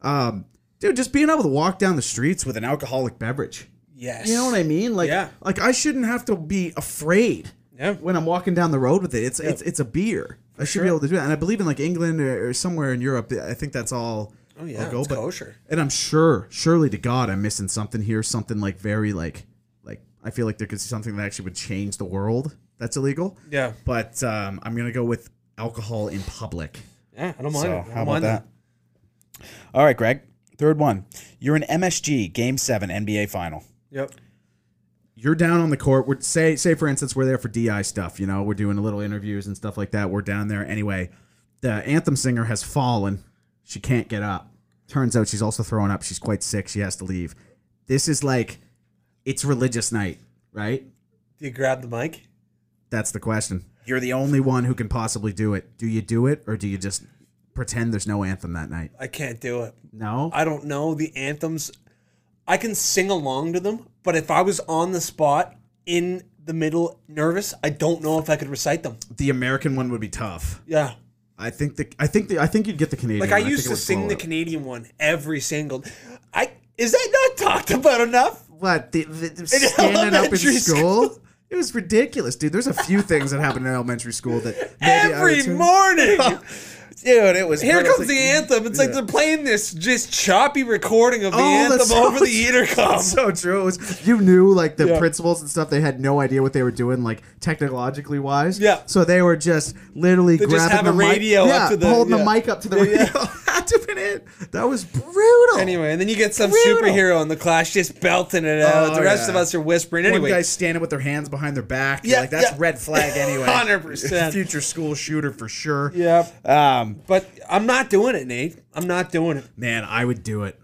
Speaker 2: um, dude. Just being able to walk down the streets with an alcoholic beverage.
Speaker 1: Yes.
Speaker 2: You know what I mean? Like,
Speaker 1: Yeah.
Speaker 2: like I shouldn't have to be afraid
Speaker 1: Yeah.
Speaker 2: when I'm walking down the road with it. It's it's it's a beer. I should be able to do that. And I believe in like England or, or somewhere in Europe. I think that's all. Oh
Speaker 1: yeah, it's kosher.
Speaker 2: And I'm sure, surely to God, I'm missing something here. Something like very like like I feel like there could be something that actually would change the world. That's illegal.
Speaker 1: Yeah.
Speaker 2: But um, I'm gonna go with alcohol in public.
Speaker 1: Yeah, I don't mind.
Speaker 4: So,
Speaker 1: it. I don't
Speaker 4: how about
Speaker 1: mind it.
Speaker 4: that? All right, Greg. Third one. You're in MSG Game Seven NBA Final.
Speaker 1: Yep.
Speaker 2: you're down on the court. We're say say for instance we're there for DI stuff. You know, we're doing little interviews and stuff like that. We're down there anyway. The anthem singer has fallen. She can't get up. Turns out she's also throwing up. She's quite sick. She has to leave. This is like, it's religious night, right?
Speaker 1: Do you grab the mic?
Speaker 2: That's the question.
Speaker 4: You're the only.
Speaker 2: Only one who can possibly do it. Do you do it or do you just pretend there's no anthem that night?
Speaker 1: I can't do it.
Speaker 2: No.
Speaker 1: I don't know the anthems. I can sing along to them, but if I was on the spot in the middle, nervous, I don't know if I could recite them.
Speaker 2: The American one would be tough.
Speaker 1: Yeah.
Speaker 2: I think the I think the I think you'd get the Canadian.
Speaker 1: Like
Speaker 2: one.
Speaker 1: I
Speaker 2: think
Speaker 1: used to
Speaker 2: it would
Speaker 1: sing
Speaker 2: blow
Speaker 1: the
Speaker 2: it.
Speaker 1: Canadian one every single. I is that not talked about enough?
Speaker 2: What the, the, the standing up in
Speaker 1: elementary
Speaker 2: school? It was ridiculous, dude. There's a few things that happened in elementary school that maybe I would
Speaker 1: every
Speaker 2: turn-
Speaker 1: morning.
Speaker 2: [LAUGHS]
Speaker 4: Dude, it was.
Speaker 1: Here
Speaker 4: brutal.
Speaker 1: comes the anthem. It's like they're playing this just choppy recording of the
Speaker 2: Oh, that's
Speaker 1: anthem
Speaker 2: so
Speaker 1: over
Speaker 2: [LAUGHS]
Speaker 1: the intercom.
Speaker 2: So true. It was, you knew like the principals and stuff. They had no idea what they were doing, like technologically wise.
Speaker 1: Yeah.
Speaker 2: So they were just literally
Speaker 1: just
Speaker 2: grabbing
Speaker 1: have
Speaker 2: the
Speaker 1: a radio
Speaker 2: mic,
Speaker 1: up
Speaker 2: yeah,
Speaker 1: to the-
Speaker 2: holding the
Speaker 1: yeah.
Speaker 2: mic up to the radio. [LAUGHS] Had to been it. That was brutal.
Speaker 1: Anyway, and then you get some
Speaker 2: Brutal.
Speaker 1: superhero in the class just belting it out.
Speaker 2: Oh,
Speaker 1: the rest
Speaker 2: yeah.
Speaker 1: of us are whispering.
Speaker 2: one
Speaker 1: Anyway,
Speaker 2: guy's standing with their hands behind their back. You're
Speaker 1: Yeah,
Speaker 2: like that's
Speaker 1: yeah.
Speaker 2: red
Speaker 1: [LAUGHS]
Speaker 2: flag anyway.
Speaker 1: 100%.
Speaker 2: Future school shooter for sure.
Speaker 1: yeah,
Speaker 4: Um,
Speaker 1: but I'm not doing it, Nate. I'm not doing it.
Speaker 2: Man, I would do it.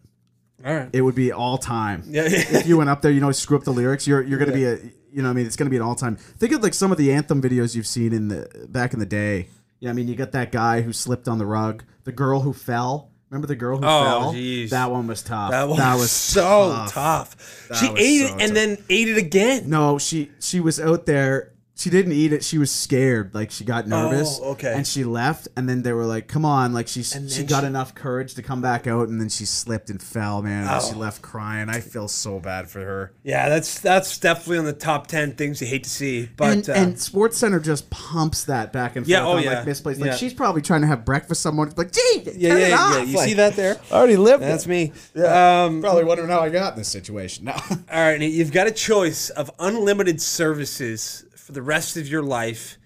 Speaker 1: All right. [LAUGHS]
Speaker 2: It would be all time.
Speaker 1: Yeah, yeah.
Speaker 2: if you went up there, you know, screw up the lyrics, you're you're gonna be a you know, what I mean, it's gonna be an all time. Think of like some of the anthem videos you've seen in the back in the day. Yeah, I mean, you got that guy who slipped on the rug, the girl who fell. Remember the girl who
Speaker 1: Oh,
Speaker 2: fell?
Speaker 1: jeez.
Speaker 2: That one was tough.
Speaker 1: That, was so
Speaker 2: tough.
Speaker 1: tough. She
Speaker 2: was
Speaker 1: ate
Speaker 2: so
Speaker 1: it and
Speaker 2: tough.
Speaker 1: then ate it again.
Speaker 2: No, she she was out there. She didn't eat it. She was scared. Like she got nervous.
Speaker 1: Oh, okay.
Speaker 2: And she left. And then they were like, "Come on!" Like she she
Speaker 1: then
Speaker 2: got
Speaker 1: she-
Speaker 2: enough courage to come back out. And then she slipped and fell, man. And then
Speaker 1: Oh.
Speaker 2: she left crying. I feel so bad for her.
Speaker 1: Yeah, that's that's definitely on the top ten things you hate to see. But
Speaker 2: and,
Speaker 1: uh,
Speaker 2: and Sports Center just pumps that back and forth
Speaker 1: Yeah, oh,
Speaker 2: on
Speaker 1: yeah.
Speaker 2: like misplaced. Like
Speaker 1: Yeah.
Speaker 2: she's probably trying to have breakfast somewhere. It's like, gee, turn
Speaker 1: yeah, yeah,
Speaker 2: it
Speaker 1: yeah.
Speaker 2: off.
Speaker 1: You
Speaker 2: Like,
Speaker 1: see that there?
Speaker 4: I already lived.
Speaker 1: That's
Speaker 4: it.
Speaker 1: me. Um,
Speaker 2: Probably wondering how I got in this situation. [LAUGHS] No.
Speaker 1: all right, Nate, you've got a choice of unlimited services for the rest of your life,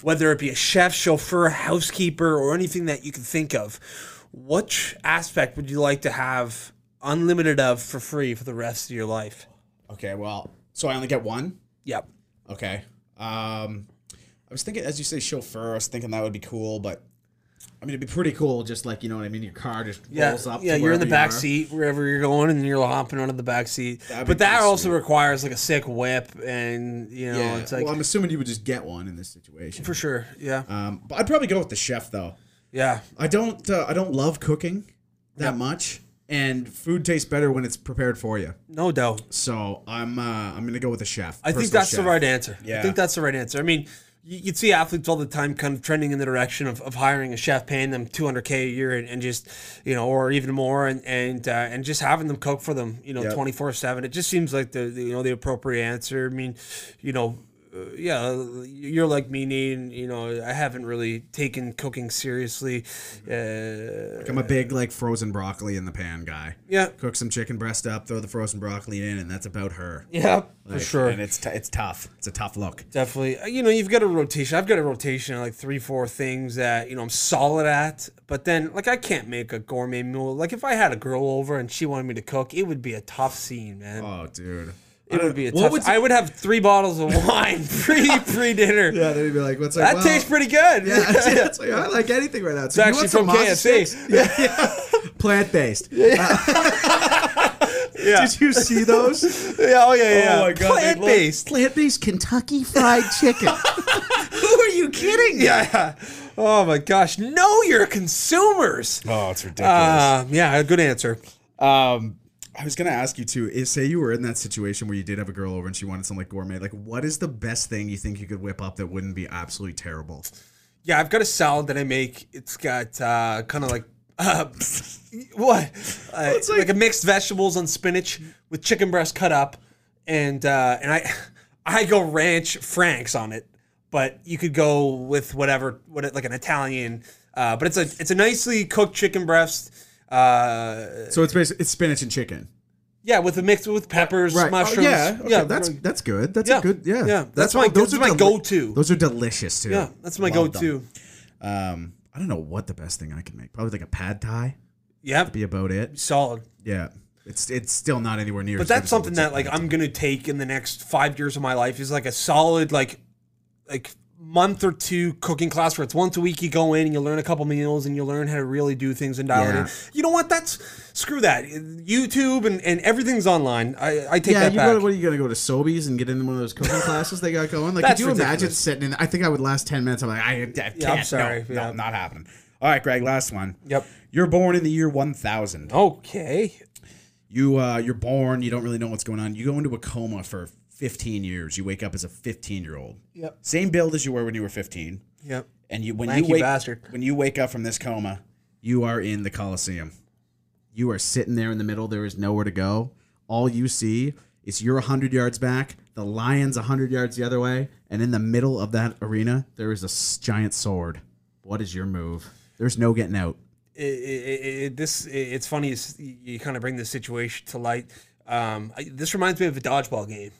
Speaker 1: whether it be a chef, chauffeur, housekeeper, or anything that you can think of. Which aspect would you like to have unlimited of for free for the rest of your life?
Speaker 2: okay, well, so I only get one.
Speaker 1: Yep.
Speaker 2: Okay. Um, I was thinking, as you say, chauffeur. I was thinking that would be cool, but I mean, it'd be pretty cool. Just like you know what I mean. Your car just
Speaker 1: Yeah,
Speaker 2: rolls up.
Speaker 1: yeah.
Speaker 2: to
Speaker 1: You're in the
Speaker 2: wherever you
Speaker 1: back
Speaker 2: are.
Speaker 1: seat wherever you're going, and you're hopping onto the back seat.
Speaker 2: That'd be
Speaker 1: but that
Speaker 2: pretty
Speaker 1: also
Speaker 2: sweet.
Speaker 1: requires like a sick whip, and you know,
Speaker 2: Yeah.
Speaker 1: it's like
Speaker 2: well, I'm assuming you would just get one in this situation.
Speaker 1: for sure. Yeah,
Speaker 2: Um, but I'd probably go with the chef though.
Speaker 1: yeah.
Speaker 2: I don't. Uh, I don't love cooking that much, and food tastes better when it's prepared for you.
Speaker 1: No doubt.
Speaker 2: So I'm. Uh, I'm gonna go with a chef.
Speaker 1: I think
Speaker 2: personal
Speaker 1: that's the
Speaker 2: chef.
Speaker 1: right answer. I
Speaker 2: Yeah.
Speaker 1: think that's the right answer. I mean, you- you'd see athletes all the time kind of trending in the direction of, of hiring a chef, paying them 200K a year and, and just, you know, or even more and, and, uh, and just having them cook for them, you know, 24 seven. It just seems like the, the, you know, the appropriate answer. I mean, you know, uh, yeah, you're like me, Nate, and, you know, I haven't really taken cooking seriously. Uh,
Speaker 2: Like, I'm a big like frozen broccoli in the pan guy.
Speaker 1: yeah.
Speaker 2: Cook some chicken breast up, throw the frozen broccoli in, and that's about her.
Speaker 1: Yeah, for sure.
Speaker 4: And it's t- it's tough.
Speaker 2: It's a tough look.
Speaker 1: Definitely. Uh, You know, you've got a rotation. I've got a rotation of like three, four things that, you know, I'm solid at. But then, like, I can't make a gourmet meal. Like, if I had a girl over and she wanted me to cook, it would be a tough scene, man.
Speaker 2: Oh, dude.
Speaker 1: it would be a
Speaker 2: what
Speaker 1: tough
Speaker 2: would you-
Speaker 1: I would have three bottles of wine [LAUGHS]
Speaker 2: [LAUGHS]
Speaker 1: pre pre dinner.
Speaker 2: Yeah, they'd be like, "What's
Speaker 1: That tastes pretty good.
Speaker 2: Yeah, [LAUGHS]
Speaker 1: [LAUGHS]
Speaker 2: that's like, I don't like anything right now. So you
Speaker 1: Actually,
Speaker 2: want some
Speaker 1: from
Speaker 2: mozzarella
Speaker 1: KFC.
Speaker 2: sticks? plant based. Uh, [LAUGHS] Did you see those?
Speaker 1: Yeah, oh, yeah, yeah.
Speaker 4: Oh my God, they look-
Speaker 1: Plant based.
Speaker 2: Plant based Kentucky Fried Chicken. [LAUGHS] Who are you kidding?
Speaker 1: Yeah. Oh, my gosh. Know your consumers. Um,
Speaker 4: Oh, it's ridiculous.
Speaker 1: Uh, yeah, good answer.
Speaker 4: Um,
Speaker 2: I was gonna ask you too. Is say you were in that situation where you did have a girl over and she wanted something like gourmet. Like, what is the best thing you think you could whip up that wouldn't be absolutely terrible?
Speaker 1: Yeah, I've got a salad that I make. It's got uh, kind of like uh, [LAUGHS] what? Uh,
Speaker 2: it's
Speaker 1: like,
Speaker 2: like-
Speaker 1: a mixed vegetables on spinach with chicken breast cut up, and uh, and I [LAUGHS] I go ranch franks on it, but you could go with whatever what like an Italian. Uh, but it's a it's a nicely cooked chicken breast. Uh,
Speaker 2: So it's basically it's spinach and chicken.
Speaker 1: yeah, with a mix with peppers,
Speaker 2: Right. Oh,
Speaker 1: mushrooms.
Speaker 2: yeah. Okay, That's that's good. That's
Speaker 1: Yeah.
Speaker 2: a good. Yeah.
Speaker 1: Yeah. That's my- those are my go-to.
Speaker 2: Those are delicious too.
Speaker 1: yeah, that's my
Speaker 2: Love
Speaker 1: go-to.
Speaker 2: them. Um, I don't know what the best thing I could make. Probably like a pad thai.
Speaker 1: Yeah,
Speaker 2: Be about it.
Speaker 1: solid.
Speaker 2: Yeah. It's it's still not anywhere near.
Speaker 1: But that's something that like I'm gonna take in the next five years of my life is like a solid like like month or two cooking class where it's once a week you go in and you learn a couple meals and you learn how to really do things and dial it in.
Speaker 2: Yeah.
Speaker 1: You know what? That's screw that. YouTube and, and everything's online. I, I take
Speaker 2: Yeah,
Speaker 1: that
Speaker 2: you
Speaker 1: back.
Speaker 2: gotta, what are you gonna go to Sobeys and get into one of those
Speaker 1: [LAUGHS]
Speaker 2: cooking classes they got going? Like, could
Speaker 1: That's
Speaker 2: you imagine
Speaker 1: ridiculous.
Speaker 2: sitting in? I think I would last ten minutes. I'm like, I, I can't.
Speaker 1: I'm sorry,
Speaker 2: No,
Speaker 1: yeah.
Speaker 2: no, not happening. All right, Greg, last one.
Speaker 1: Yep.
Speaker 2: You're born in the year 1000.
Speaker 1: okay.
Speaker 2: You uh, you're born. You don't really know what's going on. You go into a coma for 15 years. You wake up as a 15 year old.
Speaker 1: Yep.
Speaker 2: Same build as you were when you were 15.
Speaker 1: Yep.
Speaker 2: And you when
Speaker 1: Lanky
Speaker 2: you wake
Speaker 1: bastard.
Speaker 2: when you wake up from this coma, you are in the Coliseum. You are sitting there in the middle. There is nowhere to go. All you see is you're 100 yards back, the lion's 100 yards the other way, and in the middle of that arena, there is a s- giant sword. What is your move? There's no getting out.
Speaker 1: it, it, it, this it- it's funny is you- you kind of bring this situation to light. Um, I, this reminds me of a dodgeball game,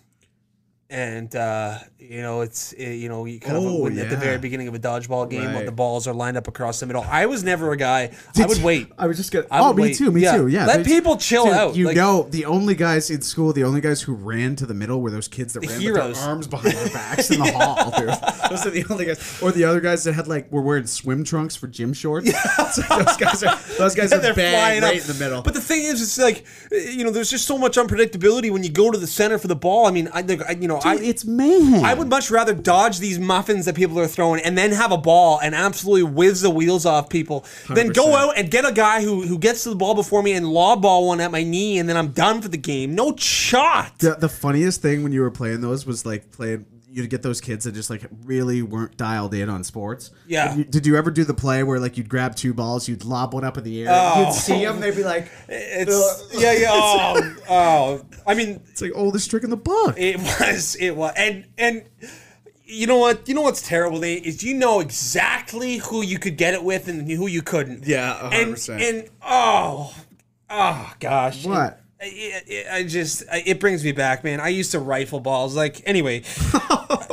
Speaker 1: and uh, you know it's uh you know you kind
Speaker 2: Oh,
Speaker 1: of when- at the
Speaker 2: yeah.
Speaker 1: very beginning of a dodgeball game, when
Speaker 2: Right.
Speaker 1: the balls are lined up across the middle. I was never a guy. I would wait.
Speaker 2: I was just gonna.
Speaker 1: I
Speaker 2: oh,
Speaker 1: would
Speaker 2: me
Speaker 1: wait.
Speaker 2: too. Me
Speaker 1: Yeah.
Speaker 2: too. Yeah.
Speaker 1: Let
Speaker 2: there's-
Speaker 1: people chill
Speaker 2: dude,
Speaker 1: out,
Speaker 2: You
Speaker 1: [LAUGHS] like-
Speaker 2: know, the only guys in school, the only guys who ran to the middle were those kids that ran with
Speaker 1: heroes.
Speaker 2: their arms behind their
Speaker 1: [LAUGHS]
Speaker 2: backs in the hall. dude. Those are the only guys, or the other guys that had like were wearing swim trunks for
Speaker 1: [LAUGHS]
Speaker 2: gym shorts. So [LAUGHS] those guys are those guys are bang right in the middle.
Speaker 1: But the thing is, it's like uh, you know, there's just so much unpredictability when you go to the center for the ball. I mean, I, I you know, I
Speaker 2: Dude, it's mayhem.
Speaker 1: I would much rather dodge these muffins that people are throwing and then have a ball and absolutely whiz the wheels off people than go
Speaker 2: 100%.
Speaker 1: out and get a guy who, who gets to the ball before me and lob ball one at my knee and then I'm done for the game. No shot.
Speaker 2: The, the funniest thing when you were playing those was like playing. You'd get those kids that just like really weren't dialed in on sports.
Speaker 1: Yeah.
Speaker 2: Did you, did you ever do the play where like you'd grab two balls, you'd lob one up in the air,
Speaker 1: Oh.
Speaker 2: you'd see them, they'd be like, Uh,
Speaker 1: It's yeah, yeah. Oh, oh. I mean,
Speaker 2: It's like oldest trick in the book.
Speaker 1: it was it was and and you know what? You know what's terrible Nate, is you know exactly who you could get it with and who you couldn't.
Speaker 2: Yeah, a hundred
Speaker 1: and
Speaker 2: percent.
Speaker 1: and oh, oh gosh.
Speaker 2: What?
Speaker 1: I- It, it, I just I- it brings me back, man. I used to rifle balls. Like anyway,
Speaker 2: [LAUGHS]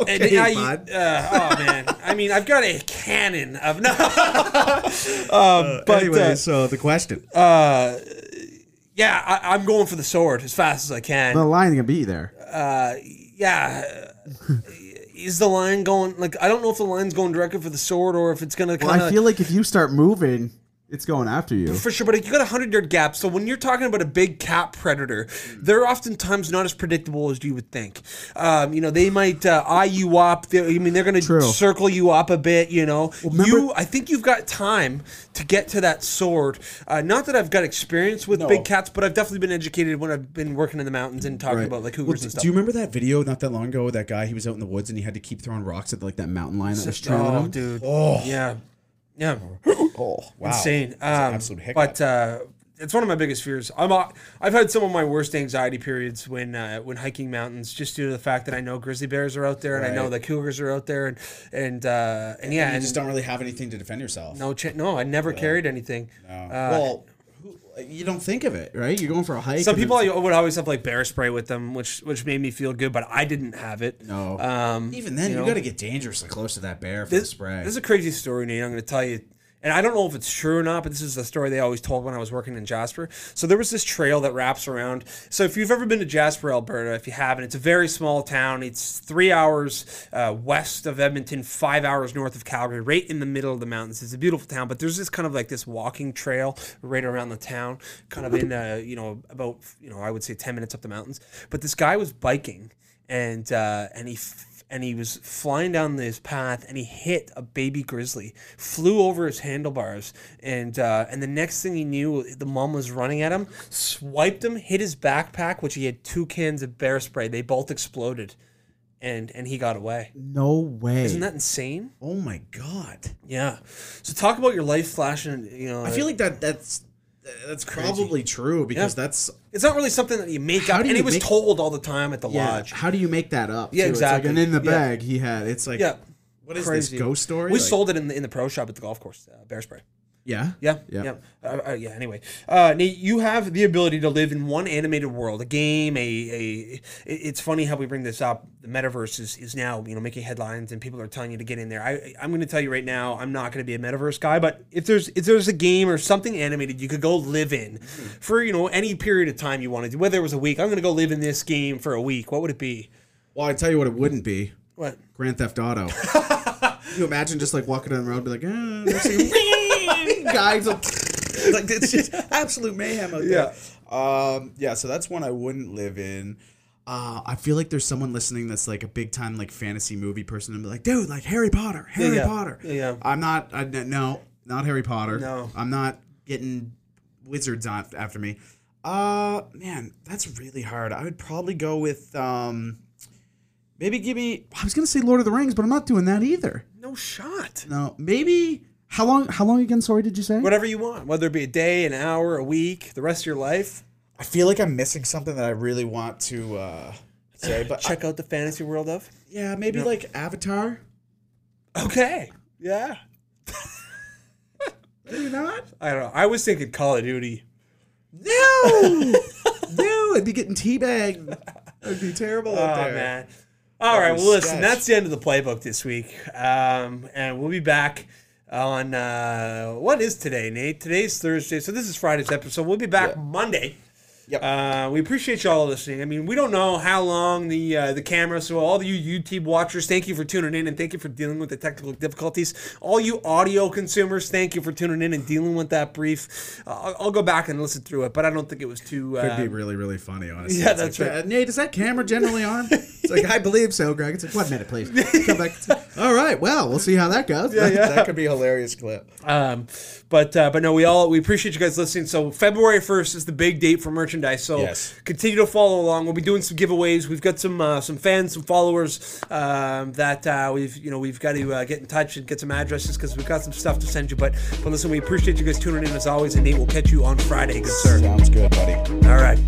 Speaker 1: and
Speaker 2: Okay,
Speaker 1: I,
Speaker 2: bud.
Speaker 1: uh, oh man. I mean, I've got a cannon of no. [LAUGHS] um, but
Speaker 2: anyway,
Speaker 1: uh,
Speaker 2: so the question.
Speaker 1: yeah, I, I'm going for the sword as fast as I can.
Speaker 2: the lion gonna be there.
Speaker 1: yeah.
Speaker 2: [LAUGHS]
Speaker 1: uh, Is the line going like I don't know if the line's going directly for the sword or if it's gonna kind
Speaker 2: Well,
Speaker 1: of
Speaker 2: I feel like if you start moving, it's going after you.
Speaker 1: for sure, but you got a hundred yard gap. So when you're talking about a big cat predator, they're oftentimes not as predictable as you would think. Um, you know, they might uh, eye you up. They, I mean, they're going
Speaker 2: True.
Speaker 1: to circle you up a bit. You know,
Speaker 2: remember-
Speaker 1: you. I think you've got time to get to that sword. Uh, not that I've got experience with big cats, but I've definitely been educated when I've been working in the mountains and talking about like
Speaker 2: Well,
Speaker 1: cougars
Speaker 2: d-
Speaker 1: and stuff.
Speaker 2: do you remember that video not that long ago? of That guy he was out in the woods and he had to keep throwing rocks at like that mountain lion that was trailing
Speaker 1: oh,
Speaker 2: him.
Speaker 1: dude. Yeah. Yeah.
Speaker 2: Oh, wow.
Speaker 1: insane. Um,
Speaker 2: absolute hiccup.
Speaker 1: But uh, it's one of my biggest fears. I'm uh, I've had some of my worst anxiety periods when uh, when hiking mountains, just due to the fact that I know grizzly bears are out there and I know
Speaker 2: Right.
Speaker 1: the cougars are out there and and uh, and yeah,
Speaker 2: You
Speaker 1: and
Speaker 2: just don't really have anything to defend yourself.
Speaker 1: no, ch- no, I never carried anything.
Speaker 2: Uh, well, who- you don't think of it, right? You're going for a hike.
Speaker 1: Some
Speaker 2: and
Speaker 1: people
Speaker 2: it's-
Speaker 1: I would always have like bear spray with them, which which made me feel good, but I didn't have it.
Speaker 2: No.
Speaker 1: Um,
Speaker 2: oh. even then, you,
Speaker 1: know.
Speaker 2: got to get dangerously close to that bear for the spray.
Speaker 1: This is a crazy story, Nate. I'm going to tell you. And I don't know if it's true or not, but this is the story they always told when I was working in Jasper. So there was this trail that wraps around. So if you've ever been to Jasper, Alberta, if you haven't, it's a very small town. It's three hours uh, west of Edmonton, five hours north of Calgary, right in the middle of the mountains. It's a beautiful town, but there's this kind of like this walking trail right around the town, kind of in uh, you know about you know I would say ten minutes up the mountains. But this guy was biking, and uh, and he f- and he was flying down this path and he hit a baby grizzly, flew over his handlebars, and uh, and the next thing he knew, the mom was running at him, swiped him, hit his backpack, which he had two cans of bear spray. They both exploded, and and he got away.
Speaker 3: No way.
Speaker 1: Isn't that insane?
Speaker 3: oh my god.
Speaker 1: Yeah. So talk about your life flashing. You know,
Speaker 2: I feel like that that's that's probably true because that's
Speaker 1: it's not really something that you make
Speaker 3: How
Speaker 1: up,
Speaker 3: do
Speaker 1: and
Speaker 3: you
Speaker 1: he was
Speaker 3: make-
Speaker 1: told all the time at the lodge.
Speaker 3: How do you make that up?
Speaker 1: Yeah,
Speaker 3: too? It's like
Speaker 1: exactly.
Speaker 3: an in the
Speaker 1: Yeah.
Speaker 3: bag he had. It's like
Speaker 1: Yeah.
Speaker 2: what is
Speaker 3: crazy.
Speaker 2: this?
Speaker 3: ghost story.
Speaker 1: We
Speaker 3: Like-
Speaker 1: sold it in the in the pro shop at the golf course. Uh, bear spray.
Speaker 3: Yeah.
Speaker 1: Yeah,
Speaker 3: Yeah.
Speaker 1: yeah, Uh, uh, yeah. Anyway, uh, Nate, you have the ability to live in one animated world, a game. A, a it- it's funny how we bring this up. The metaverse is, is now you know making headlines, and people are telling you to get in there. I I'm going to tell you right now, I'm not going to be a metaverse guy. But if there's if there's a game or something animated you could go live in for you know any period of time you wanted to, whether it was a week, I'm going to go live in this game for a week. What would it be?
Speaker 3: Well, I tell you what, it wouldn't be
Speaker 1: What?
Speaker 3: Grand Theft
Speaker 2: [LAUGHS]
Speaker 3: Auto. Can you imagine just like walking down the road, and be like, eh, next thing- guys, like,
Speaker 2: It's like it's just absolute mayhem out there. Yeah. Um, yeah, so that's one I wouldn't live in.
Speaker 3: uh, I feel like there's someone listening that's like a big time like fantasy movie person and be like, dude, like Harry Potter, Harry
Speaker 1: yeah.
Speaker 3: Potter.
Speaker 1: Yeah, yeah.
Speaker 3: I'm not. I, no, not Harry Potter.
Speaker 1: No.
Speaker 3: I'm not getting wizards on, after me.
Speaker 2: Uh man, that's really hard. I would probably go with um maybe give me
Speaker 3: I was gonna say Lord of the Rings, but I'm not doing that either.
Speaker 1: No shot.
Speaker 3: No, maybe how long? How long again? Sorry, did you say?
Speaker 1: Whatever you want, whether it be a day, an hour, a week, the rest of your life.
Speaker 2: I feel like I'm missing something that I really want to uh say,
Speaker 3: [LAUGHS]
Speaker 2: but
Speaker 1: Check out the fantasy world of.
Speaker 2: yeah, maybe like Avatar.
Speaker 1: Okay. Yeah.
Speaker 3: Maybe not.
Speaker 1: I don't know. I was thinking Call of Duty.
Speaker 2: [LAUGHS]
Speaker 3: No, no, I'd be getting teabagged. That'd be terrible
Speaker 1: Oh
Speaker 3: out there.
Speaker 1: man. All right.
Speaker 2: was
Speaker 1: Well, listen.
Speaker 2: sketch.
Speaker 1: That's the end of the playbook this week, um, and we'll be back on uh, what is today, Nate? Today's Thursday, so this is Friday's episode. We'll be back Monday.
Speaker 2: Yep.
Speaker 1: Uh, we appreciate y'all listening. I mean, we don't know how long the uh, the camera. So all you YouTube watchers, thank you for tuning in and thank you for dealing with the technical difficulties. All you audio consumers, thank you for tuning in and dealing with that brief. Uh, I'll, I'll go back and listen through it, but I don't think it was too. Uh,
Speaker 3: It'd be really, really funny, honestly.
Speaker 1: Yeah,
Speaker 3: It's
Speaker 1: that's
Speaker 3: like,
Speaker 1: right.
Speaker 3: "Uh, Nate, is that camera generally on? It's like, I believe so, Greg. It's like, one minute, please. Come back. All right, well, we'll see how [LAUGHS] that goes. Yeah,
Speaker 2: that could be a hilarious clip.
Speaker 1: Um, but uh, but no, we all we appreciate you guys listening. So February first is the big date for merchandise. So
Speaker 2: Yes.
Speaker 1: continue to follow along. We'll be doing some giveaways. We've got some uh, some fans, some followers um, that uh, we've you know we've got to uh, get in touch and get some addresses because we've got some stuff to send you. But but listen, we appreciate you guys tuning in as always, and Nate will catch you on Friday, good sir.
Speaker 2: Sounds good, buddy.
Speaker 1: All right.